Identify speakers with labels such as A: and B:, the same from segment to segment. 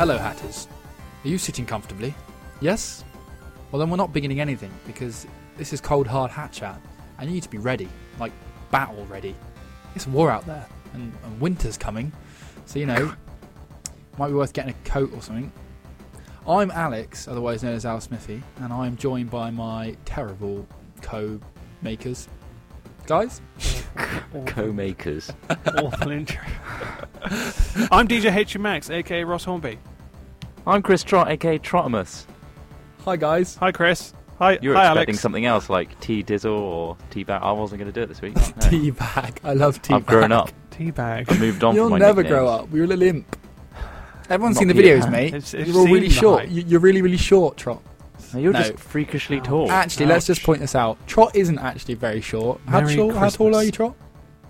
A: Hello, Hatters. Are you sitting comfortably? Yes? Well, then we're not beginning anything because this is cold hard hat chat, and you need to be ready, like battle ready. It's war out there, and, and winter's coming, so you know, might be worth getting a coat or something. I'm Alex, otherwise known as Al Smithy, and I am joined by my terrible co-makers, guys.
B: Co-makers.
C: Awful intro. I'm DJ HMX, aka Ross Hornby.
B: I'm Chris Trot, aka Trotimus.
A: Hi, guys.
C: Hi, Chris. Hi,
B: You were
C: hi,
B: expecting
C: Alex.
B: something else like T Dizzle or T Bat. I wasn't going to do it this week. No.
A: Teabag. I love teabag.
B: I've grown up.
C: Teabag.
B: I've moved on.
A: You'll
B: from my
A: never
B: nicknames.
A: grow up. You're a little imp. Everyone's
B: Not
A: seen the
B: yet.
A: videos, mate.
C: It's- it's
A: you're all really
C: seen the
A: short.
C: hype.
A: You- You're really, really short, Trot.
B: No, you're
A: No.
B: just freakishly tall.
A: actually, let's just
C: ouch.
A: point this out. Trot isn't actually very short. How,
C: Merry
A: short, how tall
C: Christmas.
A: are you, Trot?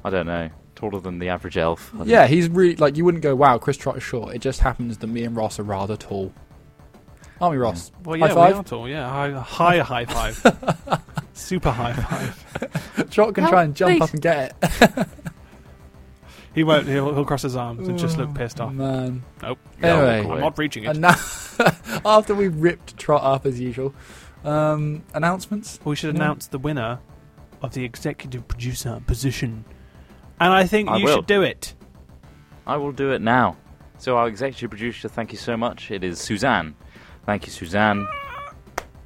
B: I don't know. Taller than the average elf. I think.
A: Yeah, he's really like you wouldn't go. Wow, Chris Trot is short. It just happens that me and Ross are rather tall. Aren't we, Ross?
C: Well, yeah,
A: high
C: we are
A: five.
C: tall. Yeah, high, high, high five. Super high five.
A: Trot can try and jump up and get it.
C: He won't. He'll, he'll cross his arms and just look pissed off.
A: Man.
C: Nope.
B: Yeah, I'll
A: Anyway.
B: walk
C: I'm
B: away.
C: not reaching it.
A: Oh, And now, after we've ripped Trot up as usual, um, announcements.
C: We should
A: No.
C: announce the winner of the executive producer position. And I think
B: I
C: you
B: will.
C: should do it.
B: I will do it now. So, our executive producer, thank you so much. It is Suzanne. Thank you, Suzanne,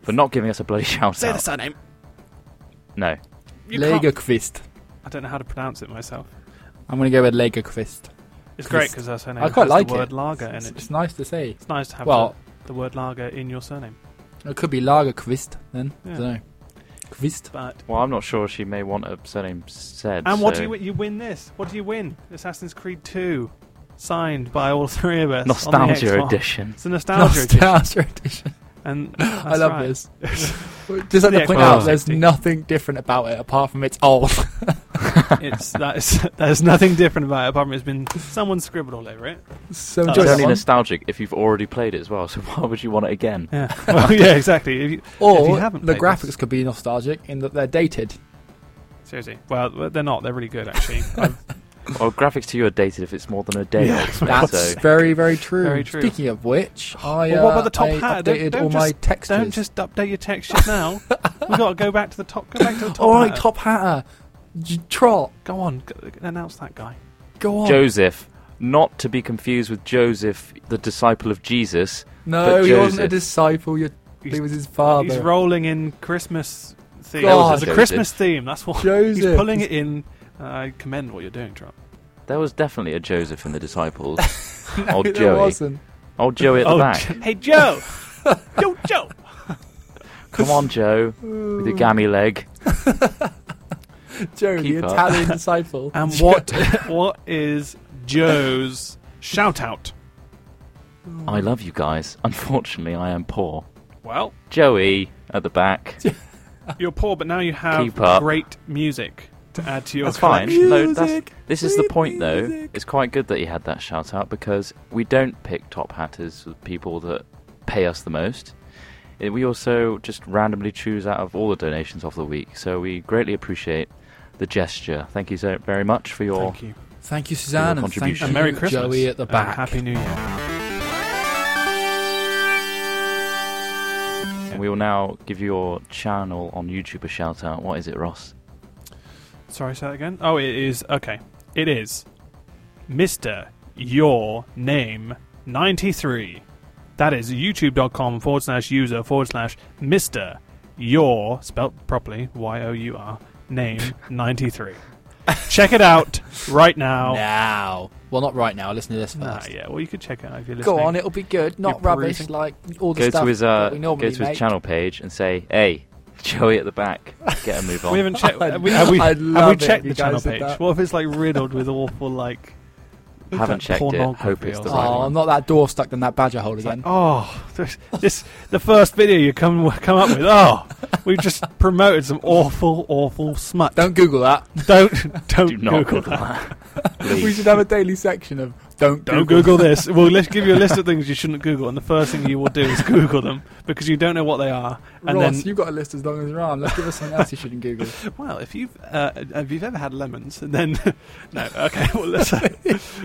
B: for not giving us a bloody shout
C: Say the
B: out.
C: surname.
B: No.
C: You can't-
A: Lagerquist.
C: I don't know how to pronounce it myself.
A: I'm going to go with Lagerquist.
C: It's great
A: Christ.
C: because that's her name.
A: I quite
C: has
A: like
C: the
A: it.
C: word lager in
A: It's,
C: it.
A: it's nice to say.
C: It's nice to have
A: Well,
C: the, the word lager in your surname.
A: it could be Lagerquist then.
C: Yeah.
A: I don't know. Quist.
C: But
B: Well, I'm not sure. She may want a surname said.
C: and what
B: so-
C: do you win? You win this. What do you win? Assassin's Creed Two, signed by all three of us. on the
B: Nostalgia
C: Xbox.
B: edition.
C: It's a nostalgia edition.
A: Nostalgia edition.
C: And
A: I
C: that's
A: love
C: right.
A: this. Just have
C: The
A: to point
B: Xbox
A: out, there's
C: 60.
A: nothing different about it apart from it's old.
C: It's that's there's nothing different about it apart from it's been someone scribbled all over it.
A: so
C: Oh,
A: enjoy
B: It's
C: Just
A: that
B: only
A: one.
B: nostalgic if you've already played it as well. So why would you want it again?
C: Yeah. Well, yeah, exactly. If you- if you
A: Or
C: haven't
A: the
C: played
A: graphics
C: this-
A: could be nostalgic in that they're dated.
C: seriously. Well, they're not. They're really good actually. I've-
B: Well, graphics to you are dated if it's more than a day
C: Yeah,
B: old. mate,
A: That's
B: so
A: very, very true.
C: Very true.
A: Speaking of which, I,
C: Well, what about
A: uh,
C: the top
A: I
C: hat? Don't-
A: updated
C: don't
A: all my
C: just-
A: textures.
C: Don't just update your textures now. We've got to go back to the top. Go back to the top.
A: All right,
C: hat.
A: top hatter. J- Trot,
C: Go on. Go, announce that guy.
A: go on.
B: Joseph, not to be confused with Joseph, the disciple of Jesus.
A: no,
B: but
A: he wasn't a
B: Joseph.
A: disciple. You're,
C: He's-
A: he was his father.
C: He's rolling in Christmas theme.
A: God.
C: There's a Christmas theme. That's what he's
A: Joseph.
C: pulling it in. I commend what you're doing, Trump.
B: There was definitely a Joseph in the disciples.
A: No,
B: old
A: there
B: Joey.
A: wasn't.
B: Old Joey at the
C: Oh,
B: back.
C: Jo- hey, Joe. Yo, Joe.
B: Come on, Joe, with your gammy leg.
A: Joe, the
B: Keep up.
A: Italian disciple.
C: And what? what is Joe's shout out?
B: I love you guys. Unfortunately, I am poor.
C: Well,
B: Joey at the back.
C: you're poor, but now you have
B: Keep up.
C: great music to add to your
B: That's fine.
C: collection.
B: No, that's,
A: Music,
B: this is the
A: sweet
B: point, though.
A: music.
B: It's quite good that you had that shout out because we don't pick top hatters, the people that pay us the most. Eh, We also just randomly choose out of all the donations of the week. So we greatly appreciate the gesture. Thank you so very much for your.
C: Thank you.
A: Thank you, Suzanne, and thank
B: contribution.
A: you,
C: And Merry Christmas.
A: Joey at the
C: and
A: back.
C: Happy New Year.
B: And we will now give your channel on YouTube a shout out. What is it, Ross?
C: Sorry, say that again. Oh, it is okay. It is Mister Your Name ninety three. That is youtube.com forward slash user forward slash Mister Your spelt properly Y O U R name ninety three. check it out right now.
A: Now, well, not right now. Listen to this
C: Nah,
A: first.
C: yeah, well, you could check it out if you're listening.
A: Go on, it'll be good. Not
C: You're
A: rubbish
C: perusing.
A: like all the
B: Go
A: stuff
B: to his uh,
A: that we
B: go to
A: normally
B: his
A: make.
B: channel page and say, "Hey, Joey at the back, get a move on."
C: We haven't checked.
A: I'd-
C: Have we, have we,
A: I'd
C: have
A: love
C: we
A: it
C: checked
A: if
C: the
A: you
C: channel
A: guys did
C: page?
A: that.
C: What if it's like riddled with awful like?
B: Haven't checked it.
C: pornography
B: Hope it's
C: or
B: the right
C: something?
A: Oh, not that door stuck in that badger hole again.
C: Oh, this- this the first video you come come up with. Oh, we've just promoted some awful, awful smut.
A: Don't Google that.
C: don't don't
B: Do not
C: Google
B: Google
C: that.
B: that.
A: we
B: Please.
A: should have a daily section of don't
C: Don't Google this. Well, let's give you a list of things you shouldn't Google, and the first thing you will do is Google them because you don't know what they are. And
A: Ross,
C: then,
A: you've got a list as long as your arm. Let's give us something else you shouldn't Google.
C: well, if you've uh, if you've ever had lemons, and then uh, no, okay. Well, let's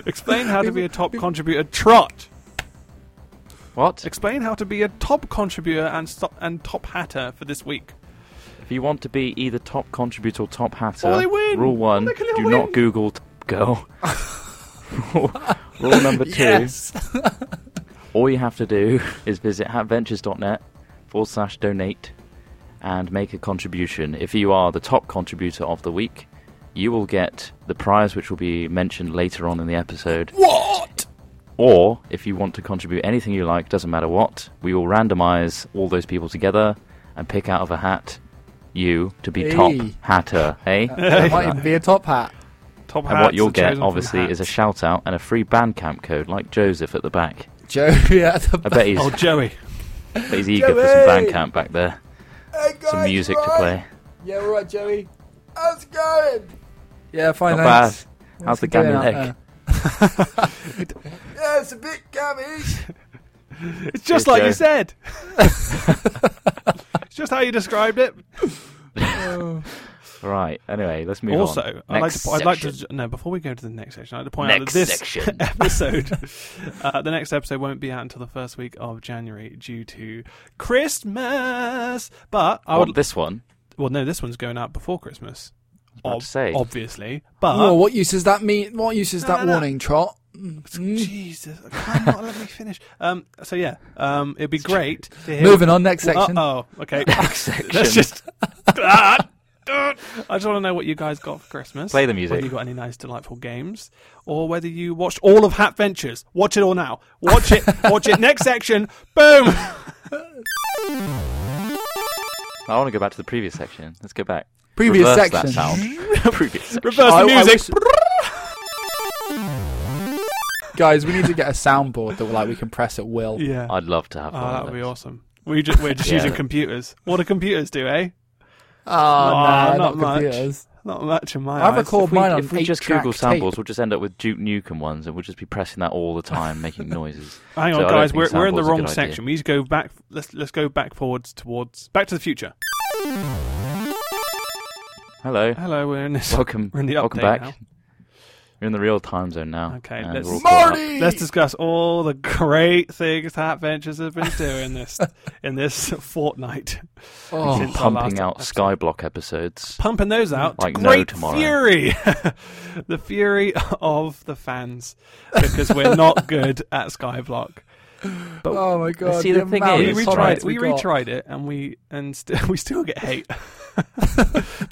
C: explain how to be a top contributor. Trot.
B: What?
C: Explain how to be a top contributor and sto- and top hatter for this week.
B: If you want to be either top contributor or top hatter,
C: Or they win!
B: rule one:
C: Or they can
B: do
C: win!
B: not Google t- girl. rule, rule number two: all you have to do is visit hatventures.net forward slash donate and make a contribution. If you are the top contributor of the week, you will get the prize, which will be mentioned later on in the episode.
A: What?
B: Or if you want to contribute anything you like, doesn't matter what, we will randomize all those people together and pick out of a hat you to be top
A: Hey.
B: hatter, eh?
A: That might even be a top hat.
C: Top
B: and
C: Uh, hats
B: what you'll
C: are
B: get,
C: chosen from
B: obviously,
C: hats.
B: is a shout out and a free Bandcamp code, like Joseph at the back.
A: Joe, yeah, the
B: I bet he's,
C: Oh, Joey.
B: I bet he's eager for some
A: Joey!
B: Bandcamp back there,
A: Hey,
B: some
A: guys,
B: music to
A: right?
B: play.
A: Yeah, all right, Joey. How's it going? Yeah, fine.
B: Not
A: thanks.
B: bad.
A: What's
B: How's the
A: it doing
B: gammy
A: out
B: leg?
A: there? yeah, it's a bit gammy.
C: It's just
B: Cheers,
C: like you
B: Joe.
C: said. it's just how you described it.
A: Oh.
B: Right. Anyway, let's move
C: also,
B: on.
C: I'd like,
B: Next
C: to, I'd like to
B: section.
C: no. Before we go to the next section, I'd like to point out
B: Next
C: that this
B: section.
C: episode, uh, the next episode won't be out until the first week of January due to Christmas. But I
B: Well,
C: would.
B: this one.
C: well, no, this one's going out before Christmas.
B: about to say.
C: obviously, but
A: Whoa, what use is that mean? What use is
C: No,
A: that
C: no, no.
A: warning, Trot? Mm.
C: Jesus, come on, let me finish. Um, so yeah, um, it'd be great to hear.
A: Moving on, next section.
B: uh,
C: Oh, okay.
B: Next section.
C: Let's just. Ah, ah. I just want to know what you guys got for Christmas.
B: Play the music.
C: Whether you got any nice, delightful games, or whether you watched all of Hat Ventures. Watch it all now. Watch it. Watch it. Next section. Boom.
B: I want to go back to the previous section. Let's go back.
A: Previous
B: Reverse
A: section.
B: That sound. previous section.
C: Reverse
A: I- I
C: the music.
A: Guys, we need to get a soundboard that like we can press at will.
C: yeah.
B: I'd love to have
C: Oh,
B: one
C: that
B: of
C: would be
B: those.
C: awesome. We just, we're just
B: Yeah.
C: using computers. What do computers do, eh?
A: Oh, no,
C: not
A: not,
C: much.
A: computers.
C: Not much in my
A: I
C: eyes.
A: record
B: If we,
A: mine on
B: if we
A: eight
B: just
A: track
B: Google
A: tape.
B: samples, we'll just end up with Duke Nukem ones, and we'll just be pressing that all the time, making noises.
C: Hang
B: So I
C: on,
B: don't
C: guys.
B: think
C: We're, we're in
B: samples
C: the
B: are a
C: wrong
B: good idea.
C: section. We need to go back. Let's let's go back forwards towards Back to the Future.
B: Hello,
C: Hello, we're in this.
B: welcome,
C: We're in the
B: welcome
C: update
B: back.
C: now.
B: We're in the real time zone now.
C: Okay,
B: and
C: let's-
B: we're all caught up.
A: Marty!
C: Let's discuss all the great things Hat Ventures have been doing this in this fortnight.
A: Oh,
C: Since our last
B: pumping out
C: episode.
B: Skyblock episodes.
C: pumping those out.
B: Like
C: to
B: no
C: great
B: tomorrow.
C: fury, the fury of the fans because we're not good at Skyblock. But
A: oh my god.
B: See, the thing
A: amount
C: we
B: is,
A: of
B: it's
C: retried,
B: right.
A: comments
C: we
A: got.
C: retried it, and we and st- we still get hate.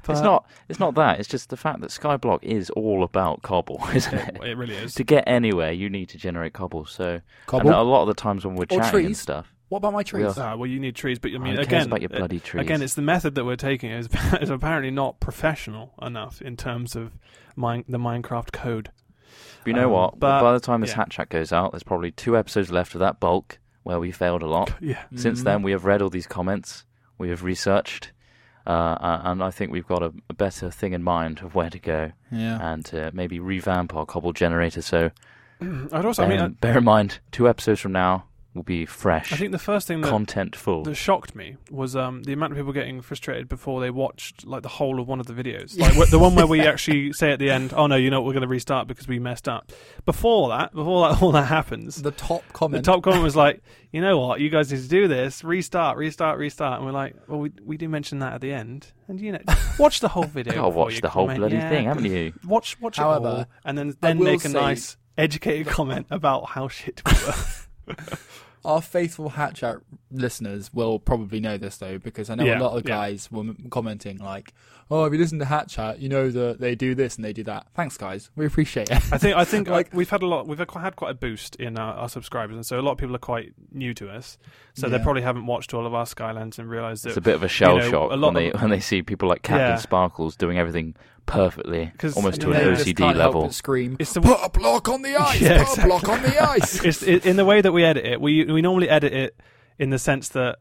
B: It's not. It's not that. It's just the fact that Skyblock is all about cobble, isn't it?
C: It really is.
B: to get anywhere, you need to generate cobble. So,
A: Cobble?
B: and a lot of the times when we're
A: Or
B: chatting and
A: trees.
B: stuff,
A: What about my trees?
B: Yeah.
C: Ah, well, you need trees, but I mean,
B: who cares
C: again,
B: about your
C: uh,
B: bloody trees?
C: Again, it's the method that we're taking is, is apparently not professional enough in terms of mine, the Minecraft code.
B: you know
C: um,
B: what?
C: but-
B: By the time this
C: yeah.
B: hat chat goes out, there's probably two episodes left of that bulk where we failed a lot.
C: Yeah,
A: Mm.
B: Since then, we have read all these comments, we have researched, uh, uh, and I think we've got a, a better thing in mind of where to go
A: Yeah.
B: and to maybe revamp our cobble generator. So,
C: I'd also. I mean,
B: um, bear in mind, two episodes from now will be fresh,
C: I, I think the first thing that
B: content full.
C: that shocked me was um, the amount of people getting frustrated before they watched like the whole of one of the videos, like wh- the one where we actually say at the end, "Oh no, you know what? We're going to restart because we messed up." Before that, before that, all that happens,
A: The top
C: the
A: comment.
C: top comment was like, "You know what? You guys need to do this. Restart, restart, restart." And we're like, "Well, we we do mention that at the end, and you know, watch the whole video.
B: God,
C: before
B: watch
C: you
B: the whole
C: comment.
B: bloody
C: Yeah,
B: thing, haven't you?
C: Watch, watch
A: However,
C: it all, and then
A: I
C: then
A: will
C: make a
A: say-
C: nice educated comment about how shit we were.
A: Our faithful Hatch Out listeners will probably know this though, because I know
C: Yeah,
A: a lot of
C: yeah.
A: guys were m- commenting like, "Oh, if you listen to Hatch Out, you know that they do this and they do that." Thanks, guys. We appreciate it.
C: I think I think like
A: Like-
C: we've had a lot. We've had quite- had quite a boost in our, our subscribers, and so a lot of people are quite new to us. So they
A: Yeah.
C: probably haven't watched all of our Skylands and realised
B: It's a
C: that
B: bit of a shell
C: you know,
B: shock
C: a lot
B: when they
C: of-
B: when they see people like Captain
C: Yeah.
B: Sparkles doing everything perfectly,
C: 'Cause,
B: almost to
C: you
B: an
C: know,
A: They
C: just
A: just
B: OCD
A: can't help
B: level.
A: but scream.
C: it's the
A: Put a block on the ice.
C: Yeah,
A: Put a block on the ice.
C: it's i in the way that we edit it. We we normally edit it in the sense that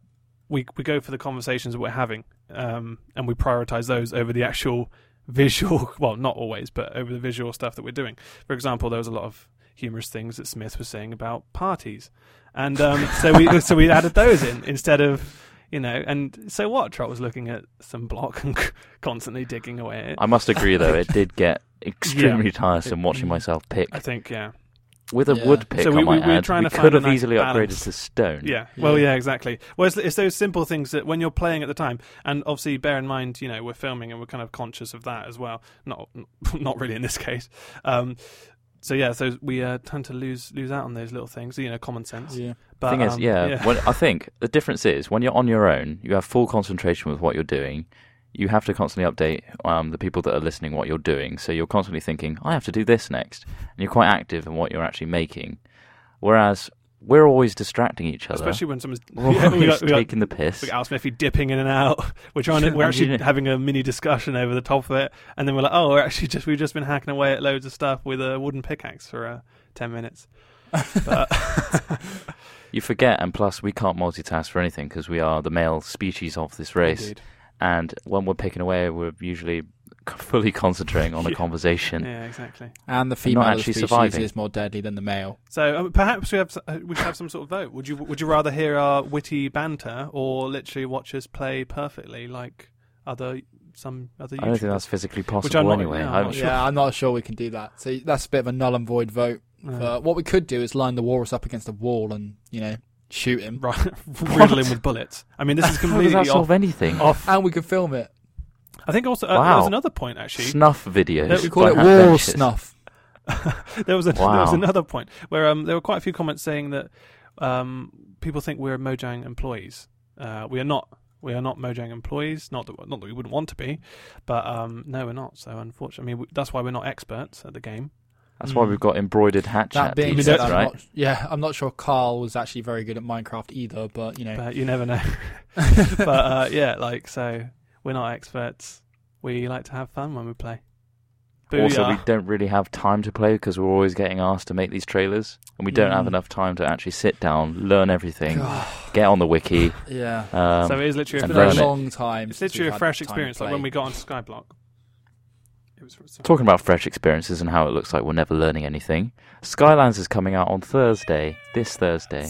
C: we we go for the conversations that we're having, um, and we prioritize those over the actual visual. Well, not always, but over the visual stuff that we're doing. For example, there was a lot of humorous things that Smith was saying about parties, and um, so we so we added those in instead of. You know, and so what? Trot was looking at some block and constantly digging away at it.
B: I must agree, though, it did get extremely tiresome watching myself pick
C: I think, yeah.
B: With a
A: Yeah.
B: wood pick,
C: So
B: I
C: we-
B: might
C: we- we're
B: add,
C: trying
B: we
C: to find
B: could
C: a
B: have
C: nice
B: easily
C: balance.
B: upgraded to stone.
C: Yeah. Well,
A: Yeah.
C: yeah, exactly. Well, it's, it's those simple things that when you're playing at the time, and obviously bear in mind, you know, we're filming and we're kind of conscious of that as well. Not, not really in this case. Um, so yeah, so we uh, tend to lose lose out on those little things, you know, common sense.
A: Yeah.
C: But
B: thing is,
C: um,
B: yeah, When, I think the difference is when you're on your own, you have full concentration with what you're doing. You have to constantly update um, the people that are listening what you're doing. So you're constantly thinking, I have to do this next. And you're quite active in what you're actually making. Whereas we're always distracting each other.
C: especially when someone's
B: we're always
C: yeah, we got- we got-
B: taking the piss.
C: We got Al Smithy dipping in and out. We're trying to, we're
B: I'm
C: actually
B: doing it.
C: having a mini discussion over the top of it, and then we're like, oh, we're actually just we've just been hacking away at loads of stuff with a wooden pickaxe for uh, ten minutes. But
B: You forget, and plus, we can't multitask for anything because we are the male species of this race.
A: Indeed.
B: And when we're picking away, we're usually c- fully concentrating on a
C: Yeah.
B: conversation.
C: yeah, exactly.
A: And the female of the
B: actually
A: species
B: surviving.
A: is more deadly than the male.
C: So um, perhaps we have s- uh, we should have some sort of vote. Would you would you rather hear our witty banter or literally watch us play perfectly like other some other?
B: I don't think
C: YouTubers?
B: that's physically
C: I'm
B: possible
C: not-
B: anyway.
C: yeah, I'm
B: I'm
C: not
B: sure.
A: Yeah, I'm not sure we can do that. So that's a bit of a null and void vote.
C: Uh,
A: But what we could do is line the walrus up against a wall and, you know, shoot him.
C: right, riddle him with bullets. I mean, this is
B: How does
C: completely
B: that
C: off.
B: solve anything?
C: off.
A: And we could film it.
C: I think also uh, there
B: Wow.
C: was another point actually.
B: Snuff
C: That
B: videos.
A: We
C: we
A: call
B: by
A: it
B: Hat
A: wall
B: Ventures.
A: snuff.
C: there was a, there was
B: Wow.
C: another point where um, there were quite a few comments saying that um, people think we're Mojang employees. Uh, we are not. We are not Mojang employees. Not that not that we wouldn't want to be, but um, no, we're not. So unfortunately, I mean, we, that's why we're not experts at the game.
B: That's why we've got embroidered
A: That
B: hat chat
A: being
C: we
B: t-shirts,
A: said,
C: don't-
A: I'm
B: right?
A: not, yeah, I'm not sure Carl was actually very good at Minecraft either, but, you know.
C: But you never know. but uh, yeah, like so, we're not experts. We like to have fun when we play. Booyah.
B: Also, we don't really have time to play because we're always getting asked to make these trailers, and we don't have
A: Mm.
B: enough time to actually sit down, learn everything,
A: God,
B: get on the wiki.
A: yeah.
B: Um,
C: so it is literally
A: It's been
B: and
C: a
A: a
B: learn
C: fresh,
B: it.
A: long time.
C: it's
A: since
C: literally
A: we've
C: a
A: had
C: fresh
A: time to
C: experience. Like
A: play.
C: when we got onto Skyblock, it was
B: Talking about fresh experiences and how it looks like we're never learning anything, Skylands is coming out on Thursday, this Thursday,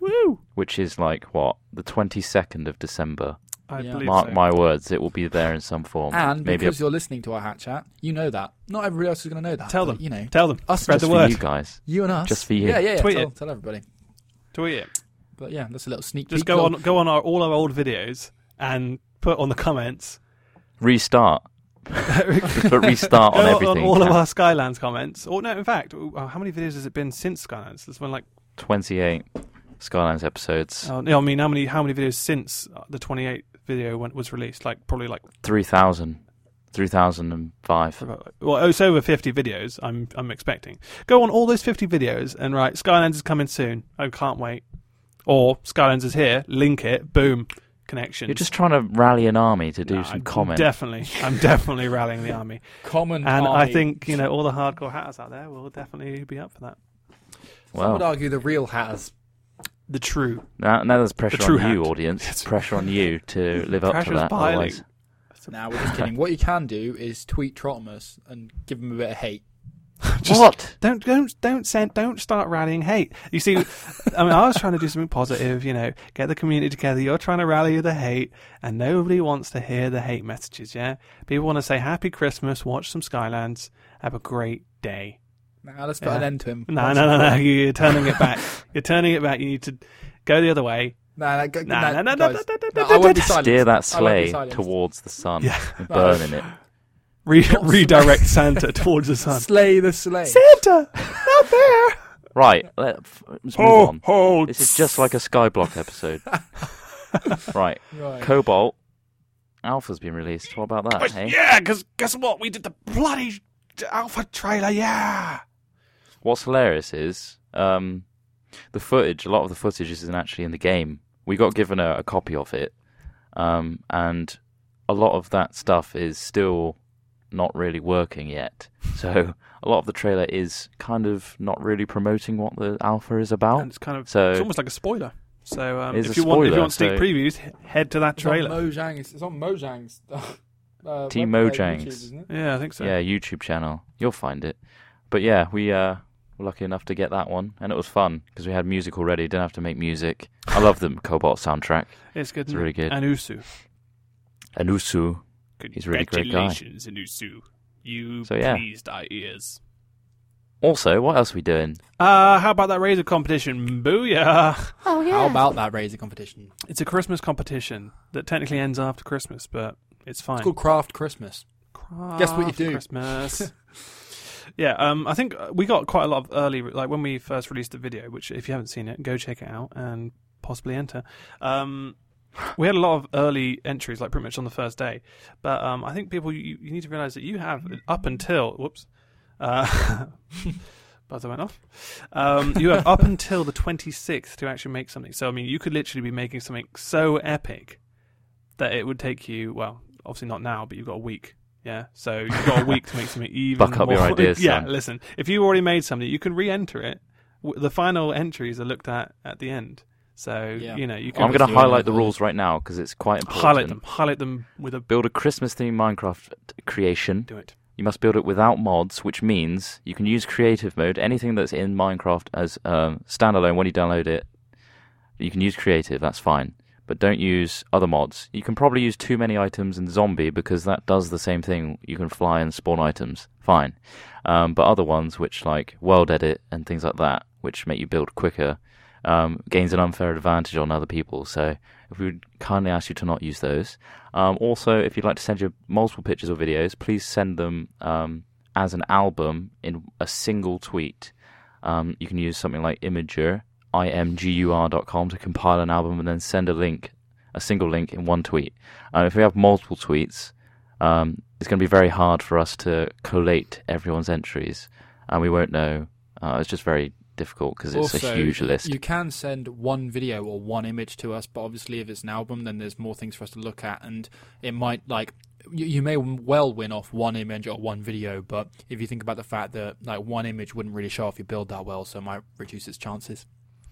C: Woo!
B: which is like what the twenty second of December.
C: I
A: Yeah.
C: believe
B: Mark
C: so.
B: my words, it will be there in some form.
C: Ah,
A: And
B: maybe a-
A: because you're listening to our hat chat, you know that. Not everybody else is going to know that.
C: Tell
A: but,
C: them.
A: You know,
C: Tell them.
A: us
C: Spread
B: just
C: the
B: for
C: word.
B: you guys.
A: you and us.
B: Just for you.
A: Yeah, yeah, yeah.
C: Tweet
A: tell,
C: it.
A: tell everybody.
C: Tweet it.
A: But yeah, that's a little sneak
C: Just
A: peek.
C: go
A: little-
C: on, go on our all our old videos and put on the comments.
B: Restart, but restart
C: go
B: on
C: on
B: everything.
C: all of our Skylands comments. Or no, in fact, oh, how many videos has it been since Skylands? There's been like,
B: Twenty eight Skylands episodes,
C: oh, no, I mean, how many how many videos since uh, the 28th video when it was released? Like probably like,
B: three thousand. 3005.
C: well, it's over 50 videos. I'm I'm expecting. Go on all those 50 videos and write Skylands is coming soon. I can't wait. Or Skylands is here. Link it. Boom. Connection.
B: You're just trying to rally an army to do
C: Nah,
B: some
C: I'm
B: comment.
C: Definitely, I'm definitely rallying the army,
A: Common.
C: and I
A: army.
C: think you know all the hardcore hatters out there will definitely be up for that.
A: I
B: well,
A: would argue the real hatters.
C: The true
B: now, now there's pressure
C: true
B: on you,
C: hat.
B: audience.
C: Yes.
B: Pressure on you to live up to
C: Pressure's
B: that.
C: piling.
B: Otherwise,
A: Now we're just kidding. What you can do is tweet Trotimus and give him a bit of hate.
C: Just-
B: what?
C: Don't don't don't send don't start rallying hate. You see, I mean, I was trying to do something positive. You know, get the community together. You're trying to rally the hate, and nobody wants to hear the hate messages. Yeah, people want to say Happy Christmas, watch some Skylands, have a great day.
A: Now let's put
C: Yeah.
A: an end to him.
C: No, no, no, no. You're turning it back. You're turning it back. You need to go the other way.
A: No, no, go, no,
C: No, no, no, no,
A: guys.
C: no, no,
A: No,
C: no,
A: I
C: no,
A: won't be
C: no.
A: silenced.
B: Steer that
A: I won't be
B: sleigh
A: silenced.
B: towards the sun
C: Yeah.
B: and burn in it.
C: Re-
A: Not-
C: redirect Santa towards the sun.
A: Slay the sleigh.
C: Santa, not there.
B: Right, let, f- let's move
C: Oh,
B: on.
C: oh.
B: This is just like a Skyblock episode. right,
A: Right.
B: Cobalt Alpha's been released. What about that? Hey,
C: Yeah, because guess what? We did the bloody alpha trailer. Yeah.
B: what's hilarious is um, the footage. A lot of the footage isn't actually in the game. We got given a, a copy of it, um, and a lot of that stuff is still not really working yet. So a lot of the trailer is kind of not really promoting what the alpha is
A: Oh.
B: about.
C: And it's kind of
B: So
C: it's almost like a spoiler. So um,
B: It's
C: if
B: a
C: you want if you
B: spoiler,
C: want sneak
B: so-
C: previews, he- head to that
A: It's on
C: trailer.
A: Mojang. It's, it's on Mojang's. Uh,
B: Team
A: website,
B: Mojang's.
A: YouTube, isn't it?
C: Yeah, I think so.
B: Yeah, YouTube channel. You'll find it. But yeah, we uh, were lucky enough to get that one, and it was fun because we had music already. Didn't have to make music. I love the Cobalt soundtrack.
C: It's good.
B: It's
C: isn't
B: really
C: it?
B: good.
C: And Usu.
B: And Usu, he's a really great guy.
C: Congratulations, Usu. You
B: So, yeah.
C: pleased our ears.
B: Also, what else are we doing?
C: Uh, how about that razor competition? Booyah!
D: Oh yeah.
A: How about that razor competition?
C: It's a Christmas competition that technically ends after Christmas, but it's fine.
A: It's called Craft Christmas.
C: Craft
A: Guess what you do.
C: Christmas. yeah, um, I think uh, we got quite a lot of early, like when we first released the video, which if you haven't seen it, go check it out and possibly enter. Um, we had a lot of early entries, like pretty much on the first day. But um, I think people, you, you need to realize that you have up until, whoops, uh, buzzer went off. Um, you have up until the 26th to actually make something. So, I mean, you could literally be making something so epic that it would take you, well, obviously not now, but you've got a week. Yeah, so you've got a week to make something even.
B: Buck up
C: more.
B: your ideas,
C: yeah,
B: son.
C: listen, if you already made something, you can re-enter it. W- The final entries are looked at at the end, so
A: Yeah.
C: you know you can.
B: I'm going
A: do
B: to
A: it
B: highlight the
A: another.
B: rules right now because it's quite important.
C: highlight them. Highlight them with a
B: Build a Christmas themed Minecraft creation.
C: do it.
B: You must build it without mods, which means you can use creative mode, anything that's in Minecraft as um, standalone when you download it. You can use creative, that's fine. But don't use other mods. You can probably use too many items in zombie because that does the same thing. You can fly and spawn items, fine. Um, but other ones, which like world edit and things like that, which make you build quicker, um, gains an unfair advantage on other people. So if we would kindly ask you to not use those. Um, also, if you'd like to send your multiple pictures or videos, please send them um, as an album in a single tweet. Um, you can use something like Imager, imgur.com, to compile an album and then send a link, a single link in one tweet. Uh, if we have multiple tweets, um, it's going to be very hard for us to collate everyone's entries, and we won't know. Uh, it's just very difficult because it's
A: also,
B: a huge list.
A: You can send one video or one image to us, but obviously, if it's an album, then there's more things for us to look at, and it might like you, you may well win off one image or one video, but if you think about the fact that like one image wouldn't really show off your build that well, so it might reduce its chances.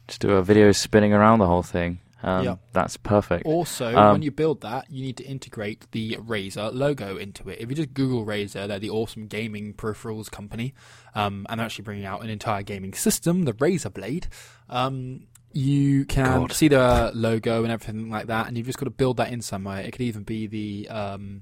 B: Just do a video spinning around the whole thing. Um,
A: Yeah.
B: That's perfect.
A: Also,
B: Um,
A: when you build that, you need to integrate the Razer logo into it. If you just Google Razer, they're the awesome gaming peripherals company, um, and they're actually bringing out an entire gaming system, the Razer Blade. Um, you can
B: God.
A: see the logo and everything like that, and you've just got to build that in somewhere. It could even be the um,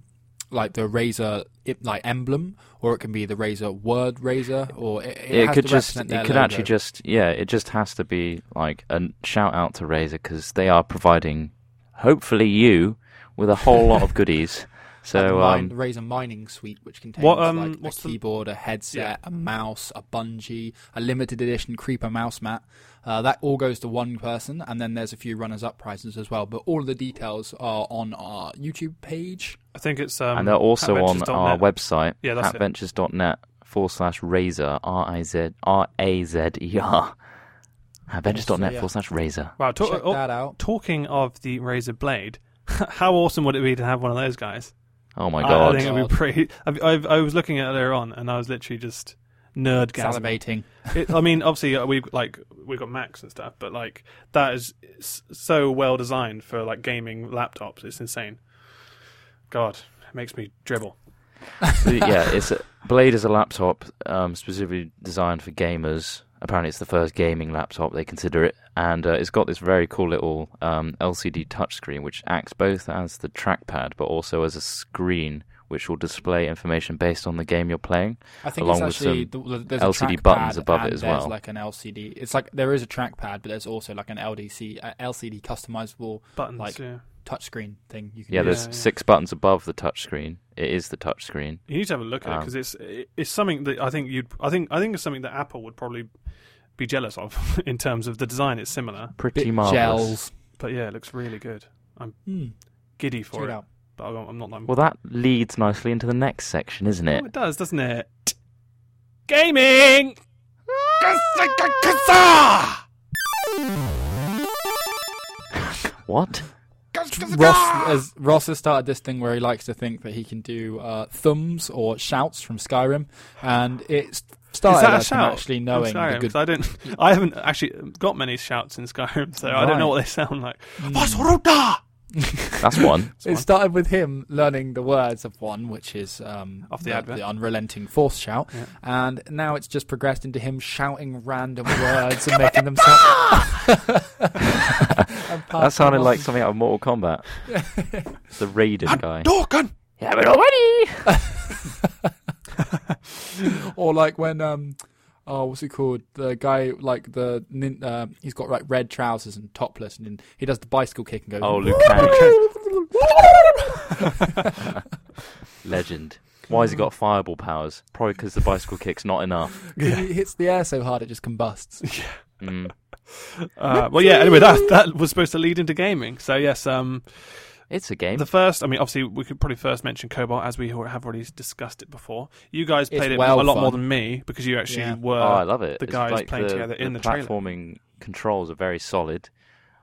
A: like the Razer it- like emblem, or it can be the Razer word Razer, or it, it,
B: it,
A: has
B: could
A: to
B: just it
A: represent their
B: could
A: logo.
B: actually just yeah it just has to be like a shout out to Razer because they are providing hopefully you with a whole lot of goodies
A: And the
B: so
A: mine,
B: um,
A: the Razer mining suite, which contains
C: What, um,
A: like
C: what's
A: a
C: the-
A: keyboard, a headset, a mouse, a bungee, a limited edition creeper mouse mat. Uh, that all goes to one person, and then there's a few runners-up prizes as well. But all of the details are on our YouTube page.
C: I think it's um,
B: and they're also on
C: adventures.net.
B: our website
C: Yeah, that's it.
B: adventures.net forward slash Razer R I Z R A Z E R adventures.net
A: yeah.
B: forward slash Razer
C: Wow, talk,
A: Check
C: oh,
A: that out.
C: talking of the Razor Blade, how awesome would it be to have one of those guys?
B: oh my
C: I- I,
B: god
C: think it'd be pretty. I've, I've, I was looking at it earlier on, and I was literally just nerd gasming.
A: Salivating.
C: it, I mean, obviously uh, we've like we've got Macs and stuff, but like that is s- so well designed for like gaming laptops. It's insane. God, it makes me dribble.
B: yeah, it's a, Blade is a laptop um, specifically designed for gamers. Apparently, it's the first gaming laptop they consider it, and uh, it's got this very cool little um, LCD touchscreen which acts both as the trackpad but also as a screen which will display information based on the game you're playing.
A: I think
B: along with
A: it's actually
B: some
A: the, there's a
B: LCD
A: trackpad
B: buttons above it
A: and
B: as
A: there's
B: well.
A: like an LCD. It's like there is a trackpad, but there's also like an LDC uh, LCD customizable
C: Buttons,
A: Like-
C: yeah.
A: touchscreen thing. You can
B: Yeah,
A: use.
B: there's
C: Yeah, yeah.
B: six buttons above the touchscreen. It is the touchscreen.
C: You need to have a look at it
B: Um,
C: 'cause it because it's it- it's something that I think you'd I think I think it's something that Apple would probably be jealous of in terms of the design. It's similar,
B: Pretty
A: bit
B: marvelous.
A: gels.
C: but yeah, it looks really good.
A: Hmm,
C: Giddy
A: check
C: for
A: it
C: it,
A: out.
C: but I'm I'm not. I'm,
B: Well, that leads nicely into the next section, isn't
C: Oh,
B: it?
C: it does, doesn't it? Gaming.
B: What?
A: Ross has, Ross has started this thing where he likes to think that he can do uh, thumbs or shouts from Skyrim, and it's started
C: Is that a
A: as him
C: shout?
A: actually
C: I'm
A: knowing
C: sorry,
A: the good.
C: 'cause I don't. I haven't actually got many shouts in Skyrim, so I don't know
A: Right.
C: what they sound like.
A: Mm.
C: Vasruta!
B: That's one.
A: It started with him learning the words of one, which is um,
C: Of the advert.
A: unrelenting force shout,
C: Yeah.
A: and now it's just progressed into him shouting random words and making them sound.
B: That sounded like something out of Mortal Kombat. the Raiden guy.
C: Dorkan.
B: Yeah, but already.
A: or like when um, oh, what's it called? The guy like the nin- uh, he's got like red trousers and topless, and then he does the bicycle kick and goes.
B: Oh, Luke Cage. Legend. Why has he got fireball powers? Probably because the bicycle kick's not enough.
A: He hits the air so hard it just combusts.
B: Mm.
C: Uh, well, yeah. Anyway, that that was supposed to lead into gaming. So yes, um,
B: It's a game.
C: the first. I mean, obviously, we could probably first mention Cobalt as we have already discussed it before. You guys
A: It's
C: played it
A: well
C: a lot more
A: fun.
C: than me because you actually
A: Yeah.
C: were.
B: oh, I love it.
C: the
B: It's
C: guys
B: like
C: playing together in the trailer.
B: platforming controls are very solid.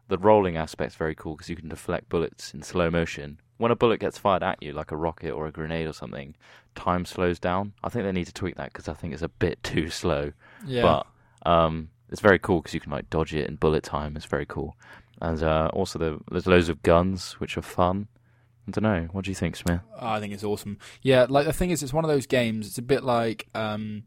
B: The rolling aspect's very cool because you can deflect bullets in slow motion. When a bullet gets fired at you, like a rocket or a grenade or something, time slows down. I think they need to tweak that because I think it's a bit too slow.
A: Yeah.
B: But um, it's very cool because you can like dodge it in bullet time. It's very cool, and uh, also the, there's loads of guns which are fun. I don't know. What do you think, Smith?
A: Ah, I think it's awesome. Yeah, like the thing is, it's one of those games. It's a bit like, um,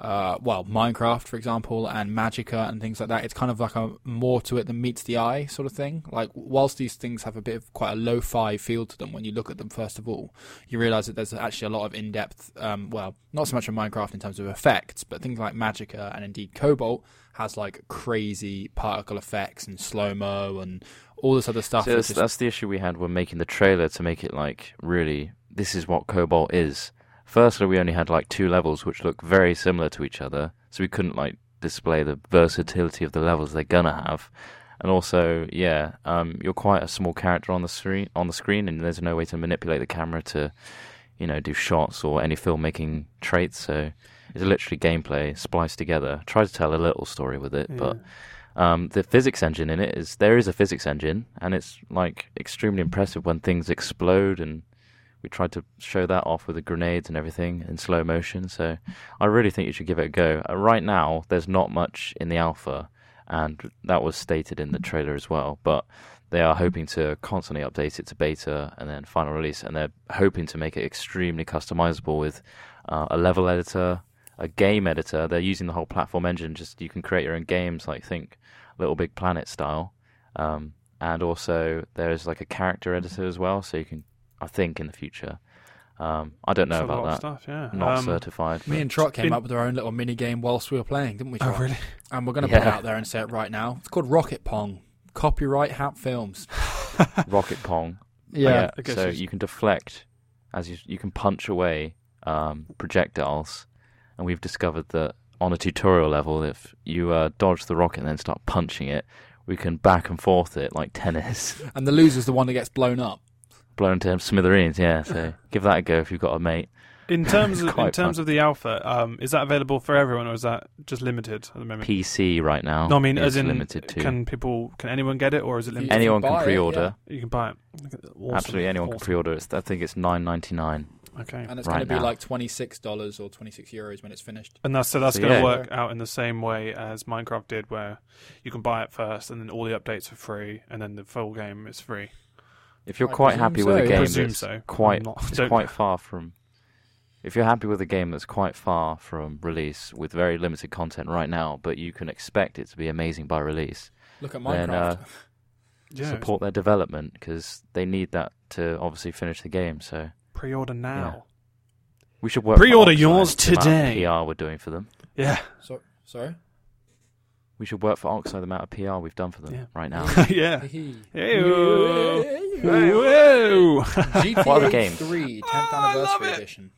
A: uh, well, Minecraft, for example, and Magica and things like that. It's kind of like a more to it than meets the eye sort of thing. Like, whilst these things have a bit of quite a lo-fi feel to them, when you look at them first of all, you realise that there's actually a lot of in-depth. Um, well, not so much in Minecraft in terms of effects, but things like Magica and indeed Cobalt has like crazy particle effects and slow mo and all this other stuff.
B: So
A: that
B: that's,
A: just-
B: that's the issue we had when making the trailer to make it like really this is what Cobalt is. Firstly, we only had like two levels which look very similar to each other, so we couldn't like display the versatility of the levels they're gonna have. And also, yeah, um, you're quite a small character on the screen, on the screen, and there's no way to manipulate the camera to, you know, do shots or any filmmaking traits. So it's literally gameplay spliced together. Try to tell a little story with it, but um, the physics engine in it is there is a physics engine, and it's like extremely impressive when things explode. And we tried to show that off with the grenades and everything in slow motion. So I really think you should give it a go. Uh, right now, there's not much in the alpha, and that was stated in the trailer as well. But they are hoping to constantly update it to beta and then final release, and they're hoping to make it extremely customizable with uh, a level editor. A game editor, they're using the whole platform engine. Just you can create your own games. Like think Little Big Planet style. Um, and also there's like a character editor as well, so you can, I think, in the future. Um, I don't know
C: It's a lot
B: about
C: of
B: that.
C: stuff, yeah.
B: Not
C: Um,
B: certified.
A: Me
B: but-
A: and Trot came
C: been-
A: up with our own little mini game whilst we were playing, didn't we?
C: Oh
A: Trot?
C: really?
A: And we're going to put it
B: Yeah.
A: out there and say it right now. It's called Rocket Pong. Copyright Hat Films.
B: rocket pong.
A: Yeah.
C: I guess
B: So
C: it's-
B: you can deflect as you you can punch away um, projectiles, and we've discovered that on a tutorial level, if you uh, dodge the rocket and then start punching it, we can back and forth it like tennis,
A: uh, And the loser's the one that gets blown up.
B: blown to smithereens. Yeah. So give that a go if you've got a mate.
C: In terms of in
B: Quite
C: terms of the alpha, um, is that available for everyone or is that just limited at the moment?
B: PC right now.
C: no, I mean,
B: is
C: as in,
B: limited to
C: can people, can anyone get it, or is it limited?
A: Any-
B: anyone
A: buy
B: can
A: it,
B: pre-order.
A: yeah.
C: you can buy it. Awesome.
B: Absolutely, anyone can pre-order. It's, I think it's nine ninety nine.
C: Okay,
A: And it's
B: Right
A: going to be
B: now.
A: like $26 or 26 euros when it's finished.
C: and that's so that's
B: So,
C: going to
B: yeah.
C: work out in the same way as Minecraft did, where you can buy it first, and then all the updates are free, and then the full game is free.
B: If you're
A: I
B: quite
A: presume
B: happy with
A: so,
B: a
A: yeah.
B: game
C: Presume
B: that's
C: so.
B: quite
C: I'm not-
B: it's
C: don't-
B: quite far from, if you're happy with a game that's quite far from release with very limited content right now, but you can expect it to be amazing by release,
A: Look at Minecraft.
B: Then, uh,
C: Yeah,
B: support their development because they need that to obviously finish the game. So
C: pre-order now.
B: we should work.
C: Pre-order
B: for Oxide,
C: yours
B: the amount of
C: today.
B: PR we're doing for them.
C: Yeah,
A: so, sorry?
B: We should work for Oxide the amount of PR we've done for them
C: Yeah.
B: right now.
C: yeah. Hey-o.
A: Hey-o.
C: Hey-o.
B: What other
A: GTA
B: games?
A: 3, 10th
C: Oh, I love
A: Anniversary
C: it.
A: Edition.